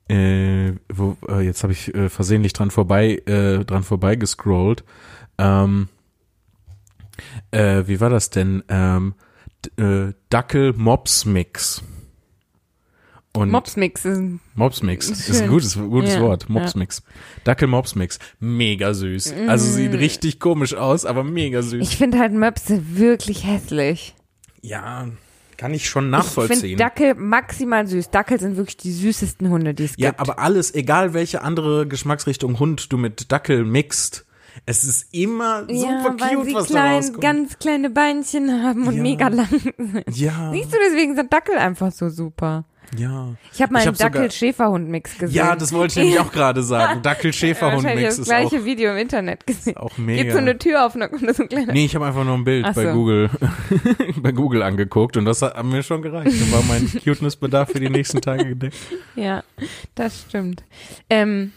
äh, wo, äh, jetzt habe ich äh, versehentlich dran vorbei äh, dran vorbei gescrollt. Ähm, äh, wie war das denn? Ähm, d- äh, Dackel Mops Mix. Und Mopsmix ist ein Mopsmix Ist ist ein schön. gutes, gutes Ja, Wort. ja. Mopsmix. Dackel Mopsmix. Mega süß. Also Mm. sieht richtig komisch aus, aber mega süß. Ich finde halt Möpse wirklich hässlich. Ja, kann ich schon Ich finde nachvollziehen. Dackel maximal süß. Dackel sind wirklich die süßesten Hunde, die es ja, gibt. aber alles, egal welche andere Geschmacksrichtung Hund du mit Dackel mixt, es ist immer super ja, weil cute, sie was da klein, rauskommt. ganz kleine Beinchen haben und Ja. mega lang. ja, Siehst du, deswegen sind Dackel einfach so super. Ja. Ich habe mal Ich einen hab sogar- Dackel-Schäferhund-Mix gesehen. Ja, das wollte ich nämlich auch gerade sagen. Dackel-Schäferhund-Mix das ist auch, gleiche Video im Internet gesehen. auch Geht so eine mega. Tür auf und da kommt so ein kleiner. Nee, ich habe einfach nur ein Bild Ach bei so. Google bei Google angeguckt und das hat hat mir schon gereicht. Dann war mein Cuteness-Bedarf für die nächsten Tage gedeckt. Ja, das stimmt. Ähm,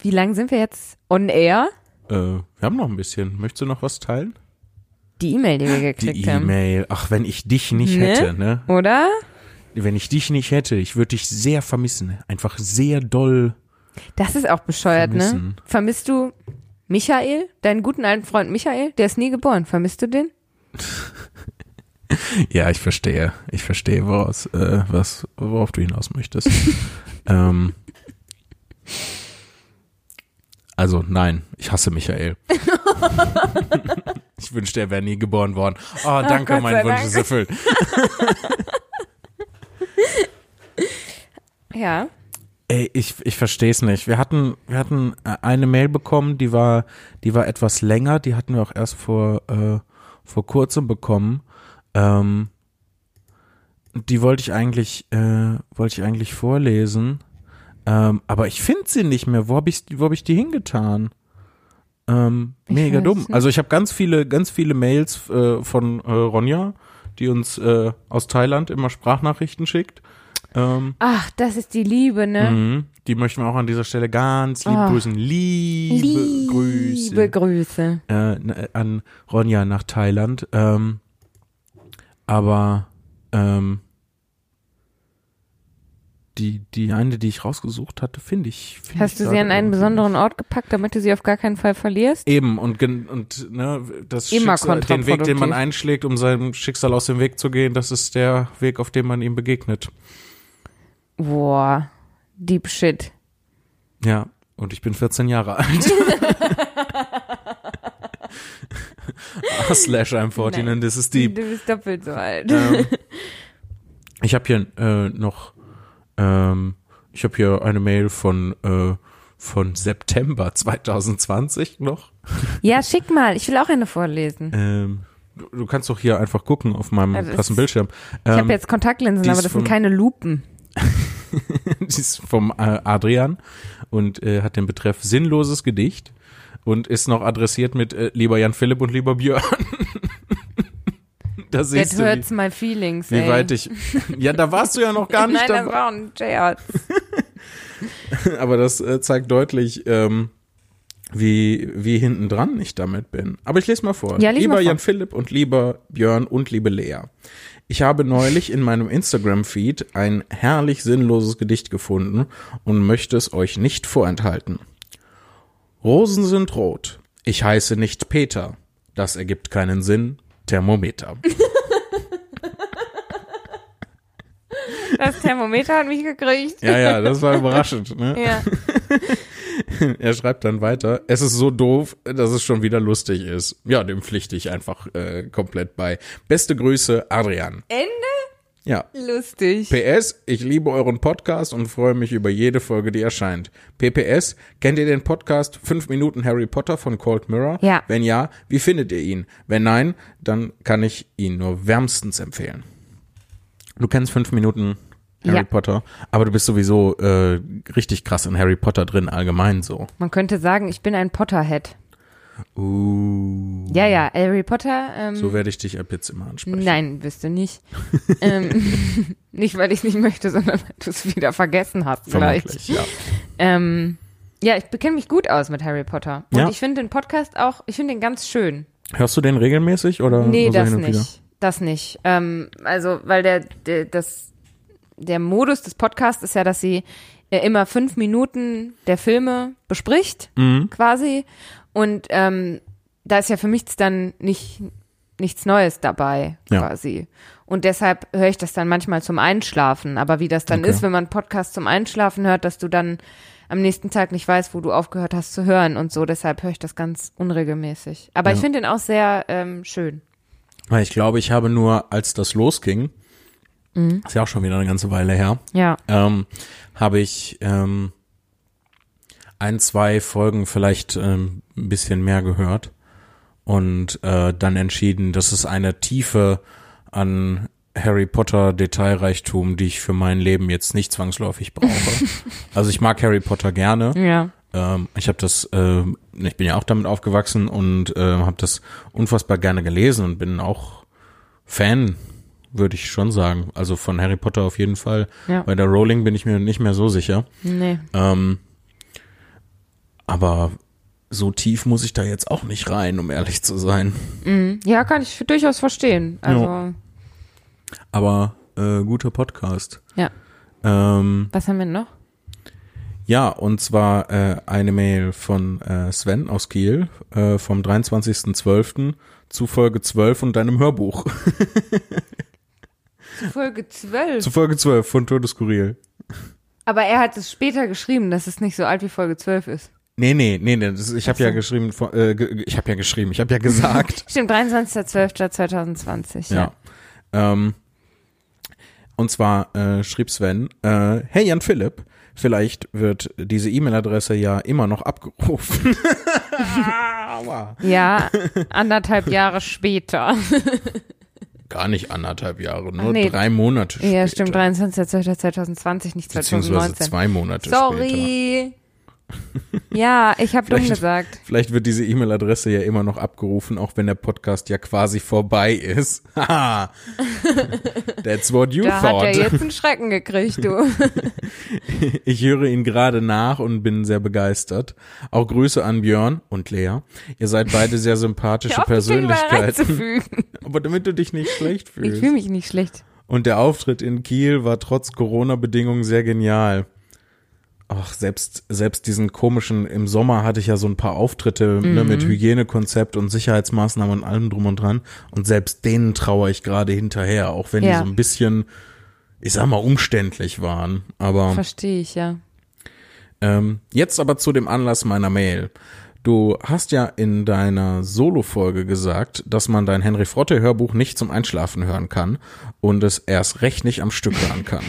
wie lang sind wir jetzt on air? Äh, wir haben noch ein bisschen. Möchtest du noch was teilen? Die E-Mail, die wir gekriegt Die haben. E-Mail. Ach, wenn ich dich nicht Ne? hätte, ne? Oder? Wenn ich dich nicht hätte, ich würde dich sehr vermissen. Einfach sehr doll. Das ist auch bescheuert, ne? Vermissen. Vermisst du Michael, deinen guten alten Freund Michael? Der ist nie geboren. Vermisst du den? Ja, ich verstehe. Ich verstehe, woraus, äh, was, worauf du hinaus möchtest. ähm, also, nein, ich hasse Michael. ich wünschte, er wäre nie geboren worden. Oh, danke, Gott sei mein Wunsch Dank. ist erfüllt. Ja. Ey, ich, ich verstehe es nicht. Wir hatten, wir hatten äh, eine Mail bekommen, die war, die war etwas länger, die hatten wir auch erst vor, äh, vor kurzem bekommen. Ähm, die wollte ich eigentlich, äh, wollte ich eigentlich vorlesen. Ähm, aber ich finde sie nicht mehr. Wo habe ich, wo hab ich die hingetan? Ähm, Ich mega weiß dumm. nicht. Also ich habe ganz viele, ganz viele Mails äh, von äh, Ronja, die uns äh, aus Thailand immer Sprachnachrichten schickt. Ähm, Ach, das ist die Liebe, ne? Mhm. Die möchten wir auch an dieser Stelle ganz lieb Ah. grüßen. Liebe, Liebe Grüße Grüße. äh, n- äh, an Ronja nach Thailand. Ähm, aber ähm, die, die eine, die ich rausgesucht hatte, finde ich. Find ich Hast du sie gerade an einen Hm, irgendwie besonderen nicht. Ort gepackt, damit du sie auf gar keinen Fall verlierst? Eben, und, gen- und ne, das Immer Schicksal, den Weg, den man kontraproduktiv. einschlägt, um seinem Schicksal aus dem Weg zu gehen, das ist der Weg, auf dem man ihm begegnet. Boah, deep shit. Ja, und ich bin 14 Jahre alt. Ah, Slash I'm 14 Nein. and this is deep. Du bist doppelt so alt. Ähm, ich habe hier äh, noch, ähm, ich habe hier eine Mail von, äh, von September 2020 noch. Ja, schick mal. Ich will auch eine vorlesen. Ähm, du, du kannst doch hier einfach gucken auf meinem Also es krassen ist- Bildschirm. Ich Ähm, habe jetzt Kontaktlinsen, die aber ist das sind vom- keine Lupen. die ist vom äh, Adrian und äh, hat den Betreff sinnloses Gedicht und ist noch adressiert mit äh, lieber Jan Philipp und lieber Björn. da That siehst du, hurts my feelings. wie, wie ey. weit ich. Ja, da warst du ja noch gar nicht Nein, das dabei. war ein Scherz. Aber das äh, zeigt deutlich, ähm, wie, wie hinten dran ich damit bin. Aber ich lese mal vor. Ja, lies lieber mal vor. Jan Philipp und lieber Björn und liebe Lea. Ich habe neulich in meinem Instagram-Feed ein herrlich sinnloses Gedicht gefunden und möchte es euch nicht vorenthalten. Rosen sind rot. Ich heiße nicht Peter. Das ergibt keinen Sinn. Thermometer. Das Thermometer hat mich gekriegt. Ja, ja, das war überraschend. Ne? Ja. Er schreibt dann weiter, es ist so doof, dass es schon wieder lustig ist. Ja, dem pflichte ich einfach äh, komplett bei. Beste Grüße, Adrian. Ende? Ja. Lustig. PS, ich liebe euren Podcast und freue mich über jede Folge, die erscheint. PPS, kennt ihr den Podcast 5 Minuten Harry Potter von Cold Mirror? Ja. Wenn ja, wie findet ihr ihn? Wenn nein, dann kann ich ihn nur wärmstens empfehlen. Du kennst 5 Minuten Harry Ja. Potter, aber du bist sowieso äh, richtig krass in Harry Potter drin, allgemein so. Man könnte sagen, ich bin ein Potterhead. Uh. Ja, ja, Harry Potter. Ähm, So werde ich dich ab jetzt immer ansprechen. nein, bist du nicht. ähm, nicht, weil ich nicht möchte, sondern weil du es wieder vergessen hast. Vielleicht. Vermutlich, ja. Ähm, ja, ich bekenne mich gut aus mit Harry Potter. Und Ja. ich finde den Podcast auch, ich finde den ganz schön. Hörst du den regelmäßig oder Nee, nur so das hin und wieder? nicht. Das nicht. Ähm, also, weil der, der, das, der Modus des Podcasts ist ja, dass sie äh, immer fünf Minuten der Filme bespricht, Mhm. quasi. Und ähm, da ist ja für mich dann nicht, nichts Neues dabei, Ja. quasi. Und deshalb höre ich das dann manchmal zum Einschlafen. Aber wie das dann Okay. ist, wenn man einen Podcast zum Einschlafen hört, dass du dann am nächsten Tag nicht weißt, wo du aufgehört hast zu hören und so. Deshalb höre ich das ganz unregelmäßig. Aber ich Ja. finde den auch sehr ähm, schön. Weil ich glaube, ich habe nur, als das losging, Mhm. ist ja auch schon wieder eine ganze Weile her, Ja. ähm, habe ich ähm, ein, zwei Folgen vielleicht ähm, ein bisschen mehr gehört und äh, dann entschieden, dass es eine Tiefe an Harry Potter Detailreichtum, die ich für mein Leben jetzt nicht zwangsläufig brauche. also ich mag Harry Potter gerne. Ja. Ähm, ich habe das, ähm, ich bin ja auch damit aufgewachsen und äh, habe das unfassbar gerne gelesen und bin auch Fan, würde ich schon sagen. Also von Harry Potter auf jeden Fall. Ja. Bei der Rowling bin ich mir nicht mehr so sicher. Nee. Ähm, aber so tief muss ich da jetzt auch nicht rein, um ehrlich zu sein. Mhm. Ja, kann ich durchaus verstehen. Also, ja. Aber äh, guter Podcast. Ähm, Was haben wir noch? ja, und zwar äh, eine Mail von äh, Sven aus Kiel äh, vom 23.12. zu Folge 12 und deinem Hörbuch. Folge 12. zu Folge 12 von Todeskuril. Aber er hat es später geschrieben, dass es nicht so alt wie Folge 12 ist. Nee, nee, nee, nee das, ist- ich habe ja geschrieben, von- äh, ge- ich habe ja geschrieben, ich habe ja gesagt. Stimmt, 23.12.2020. Ja. Ähm, und zwar äh, schrieb Sven, äh, hey Jan Philipp, vielleicht wird diese E-Mail-Adresse ja immer noch abgerufen. Aua. Ja, anderthalb Jahre später. Gar nicht anderthalb Jahre, nur Ach, nee. drei Monate später. Ja, stimmt, 23.12.2020, nicht Beziehungsweise 2019. zwei Monate später. Sorry. Ja, ich habe dumm Vielleicht- gesagt. Vielleicht wird diese E-Mail-Adresse ja immer noch abgerufen, auch wenn der Podcast ja quasi vorbei ist. Haha. That's what you Da hat thought. er jetzt einen Schrecken gekriegt, du. Ich höre ihn gerade nach und bin sehr begeistert. Auch Grüße an Björn und Lea. Ihr seid beide sehr sympathische Auf die Dinge mal Persönlichkeiten. reinzufügen. Aber damit du dich nicht schlecht Ich fühle fühlst. mich nicht schlecht. Und der Auftritt in Kiel war trotz Corona-Bedingungen sehr genial. Ach, selbst, selbst diesen komischen, im Sommer hatte ich ja so ein paar Auftritte ne, mit Mhm. Hygienekonzept und Sicherheitsmaßnahmen und allem drum und dran. Und selbst denen traue ich gerade hinterher, auch wenn die Ja. so ein bisschen, ich sag mal, umständlich waren. Aber. Verstehe ich, ja. Ähm, jetzt aber zu dem Anlass meiner Mail. Du hast ja in deiner Solo-Folge gesagt, dass man dein Henry Frotte-Hörbuch nicht zum Einschlafen hören kann und es erst recht nicht am Stück hören kann.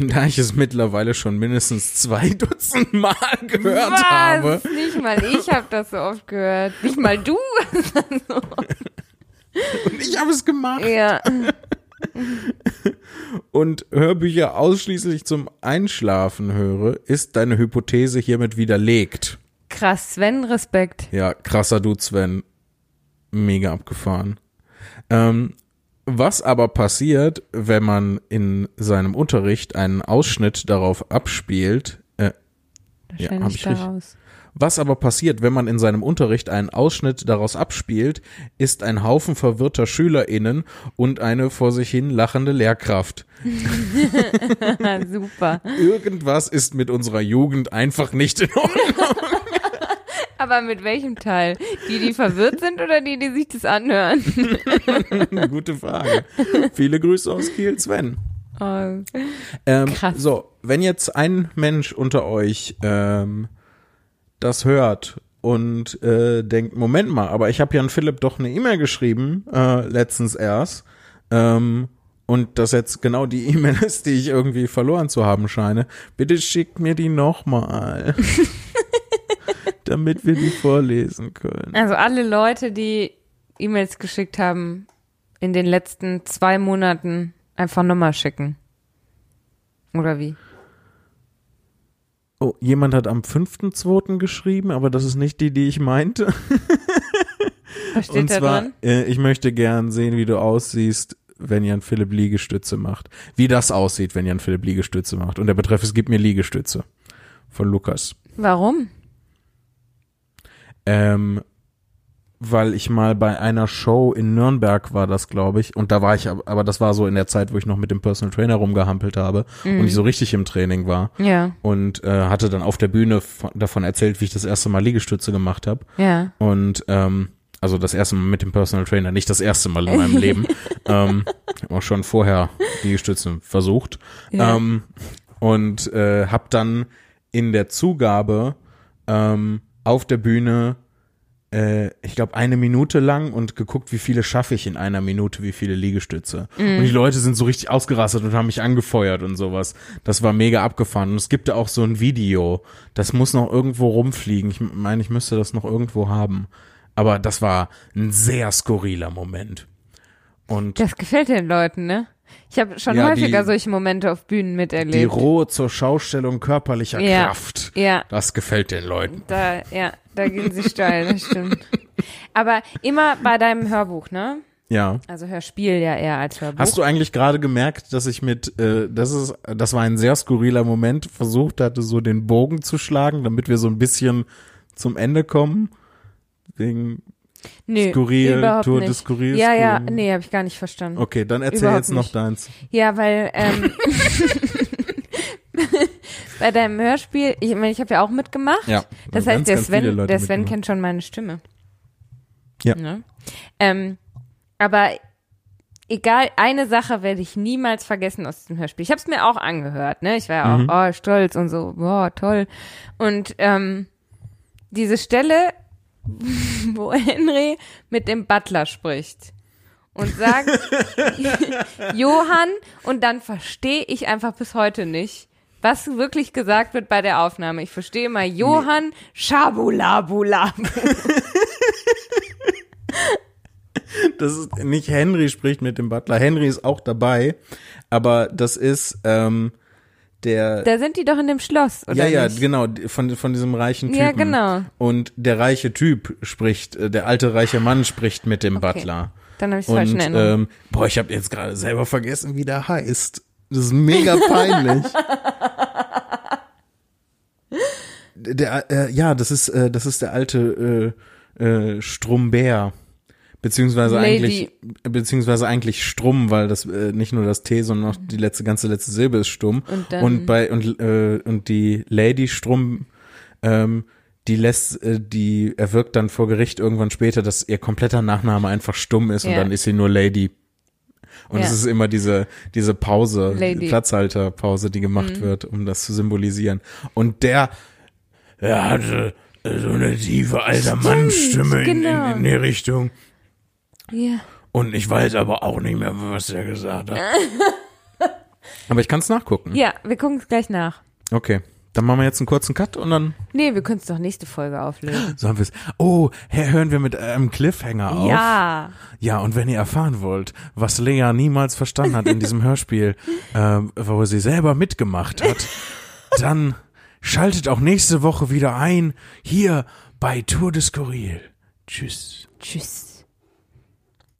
da ich es mittlerweile schon mindestens zwei Dutzend Mal gehört Was? habe. Nicht mal ich habe das so oft gehört. Nicht mal du. Und ich habe es gemacht. Ja. und Hörbücher ausschließlich zum Einschlafen höre, ist deine Hypothese hiermit widerlegt. Krass, Sven, Respekt. Ja, krasser Dude, Sven. Mega abgefahren. Ähm, was aber passiert, wenn man in seinem Unterricht einen Ausschnitt darauf abspielt, äh, ja, hab Wahrscheinlich ich richtig. daraus. was aber passiert, wenn man in seinem Unterricht einen Ausschnitt daraus abspielt, ist ein Haufen verwirrter SchülerInnen und eine vor sich hin lachende Lehrkraft. Ah, super. Irgendwas ist mit unserer Jugend einfach nicht in Ordnung. Aber mit welchem Teil? Die, die verwirrt sind oder die, die sich das anhören? Gute Frage. Viele Grüße aus Kiel, Sven. Oh. Ähm, Krass. So, wenn jetzt ein Mensch unter euch ähm, das hört und äh, denkt, Moment mal, aber ich habe Jan Philipp doch eine E-Mail geschrieben, äh, letztens erst, ähm, und das jetzt genau die E-Mail ist, die ich irgendwie verloren zu haben scheine, bitte schickt mir die nochmal. damit wir die vorlesen können. Also alle Leute, die E-Mails geschickt haben, in den letzten zwei Monaten einfach nochmal schicken. Oder wie? Oh, jemand hat am 5.2. geschrieben, aber das ist nicht die, die ich meinte. Was steht Und da zwar, drin? Äh, ich möchte gern sehen, wie du aussiehst, wenn Jan Philipp Liegestütze macht. Wie das aussieht, wenn Jan Philipp Liegestütze macht. Und der Betreff ist, gib mir Liegestütze. Von Lukas. Warum? Ähm, weil ich mal bei einer Show in Nürnberg war, das glaube ich. Und da war ich, ab- aber das war so in der Zeit, wo ich noch mit dem Personal Trainer rumgehampelt habe und ich so richtig im Training war. Ja, Und äh, hatte dann auf der Bühne von, davon erzählt, wie ich das erste Mal Liegestütze gemacht habe. ja. Und ähm, also das erste Mal mit dem Personal Trainer, nicht das erste Mal in meinem Leben. Ähm, ich hab auch schon vorher die Stützen versucht. Ja. Ähm, und äh, habe dann in der Zugabe ähm, auf der Bühne, äh, ich glaube, eine Minute lang und geguckt, wie viele schaffe ich in einer Minute, wie viele Liegestütze. Mhm. Und die Leute sind so richtig ausgerastet und haben mich angefeuert und sowas. Das war mega abgefahren. Und es gibt da auch so ein Video, das muss noch irgendwo rumfliegen. Ich meine, ich müsste das noch irgendwo haben. Aber das war ein sehr skurriler Moment. Und Das gefällt den Leuten, ne? Ich habe schon Ja, häufiger die- solche Momente auf Bühnen die miterlebt. rohe zur Schaustellung körperlicher Ja. Kraft. ja, Das gefällt den Leuten. da, ja, da gehen sie steil, das stimmt. Aber immer bei deinem Hörbuch, ne? Ja. Also Hörspiel ja eher als Hörbuch. Hast du eigentlich gerade gemerkt, dass ich mit, äh, das ist, das war ein sehr skurriler Moment, versucht hatte, so den Bogen zu schlagen, damit wir so ein bisschen zum Ende kommen? Wegen, nee, skurril, überhaupt Tour nicht. des skurril, Ja, ja, skurril. nee, habe ich gar nicht verstanden. okay, dann erzähl Überhaupt jetzt noch nicht. deins. Ja, weil ähm, bei deinem Hörspiel, ich meine, ich habe ja auch mitgemacht. Ja, Das haben heißt, ganz, der ganz viele Sven, Leute der Sven mitgemacht. kennt schon meine Stimme. Ja. Ne? Ähm, aber egal, eine Sache werde ich niemals vergessen aus diesem Hörspiel. Ich habe es mir auch angehört, ne? Ich war ja auch Mhm. oh, stolz und so, boah, toll. Und ähm, diese Stelle, wo Henry mit dem Butler spricht und sagt, Johann, und dann verstehe ich einfach bis heute nicht, was wirklich gesagt wird bei der Aufnahme. Ich verstehe immer Johann Schabulabulab. Das ist nicht Henry spricht mit dem Butler. Henry ist auch dabei, aber das ist ähm, der. Da sind die doch in dem Schloss, oder? ja, ja, nicht? genau, die- von, von diesem reichen Typen. Ja, genau. Und der reiche Typ spricht, äh, der alte reiche Mann spricht mit dem Butler. Dann habe ich es falsch Und in Erinnerung. ähm, boah, ich habe jetzt gerade selber vergessen, wie der heißt. Das ist mega peinlich. der, äh, ja, das ist äh, das ist der alte äh, äh, Strumbär. Beziehungsweise Lady. eigentlich beziehungsweise eigentlich Strumm, weil das äh, nicht nur das T, sondern auch die letzte ganze letzte Silbe ist stumm. Und dann- bei und äh, und die Lady Strumm ähm, die lässt, äh, die erwirkt dann vor Gericht irgendwann später, dass ihr kompletter Nachname einfach stumm ist und Ja. dann ist sie nur Lady. Und Ja. es ist immer diese, diese Pause, Lady. Mhm. die Platzhalterpause, die gemacht wird, um das zu symbolisieren. Und der, er hatte so eine tiefe alter Mannstimme in- genau. in, in die Richtung. äh, ja. Und ich weiß aber auch nicht mehr, was er gesagt hat. aber ich kann es nachgucken. ja, wir gucken es gleich nach. Okay. Dann machen wir jetzt einen kurzen Cut und dann Nee, wir können es doch nächste Folge auflösen. Sollen wir es? Oh, hä- hören wir mit einem Cliffhanger auf? Ja. Ja, und wenn ihr erfahren wollt, was Lea niemals verstanden hat in diesem Hörspiel, ähm, wo sie selber mitgemacht hat, dann schaltet auch nächste Woche wieder ein, hier bei Tour de Skurril. Tschüss. Tschüss.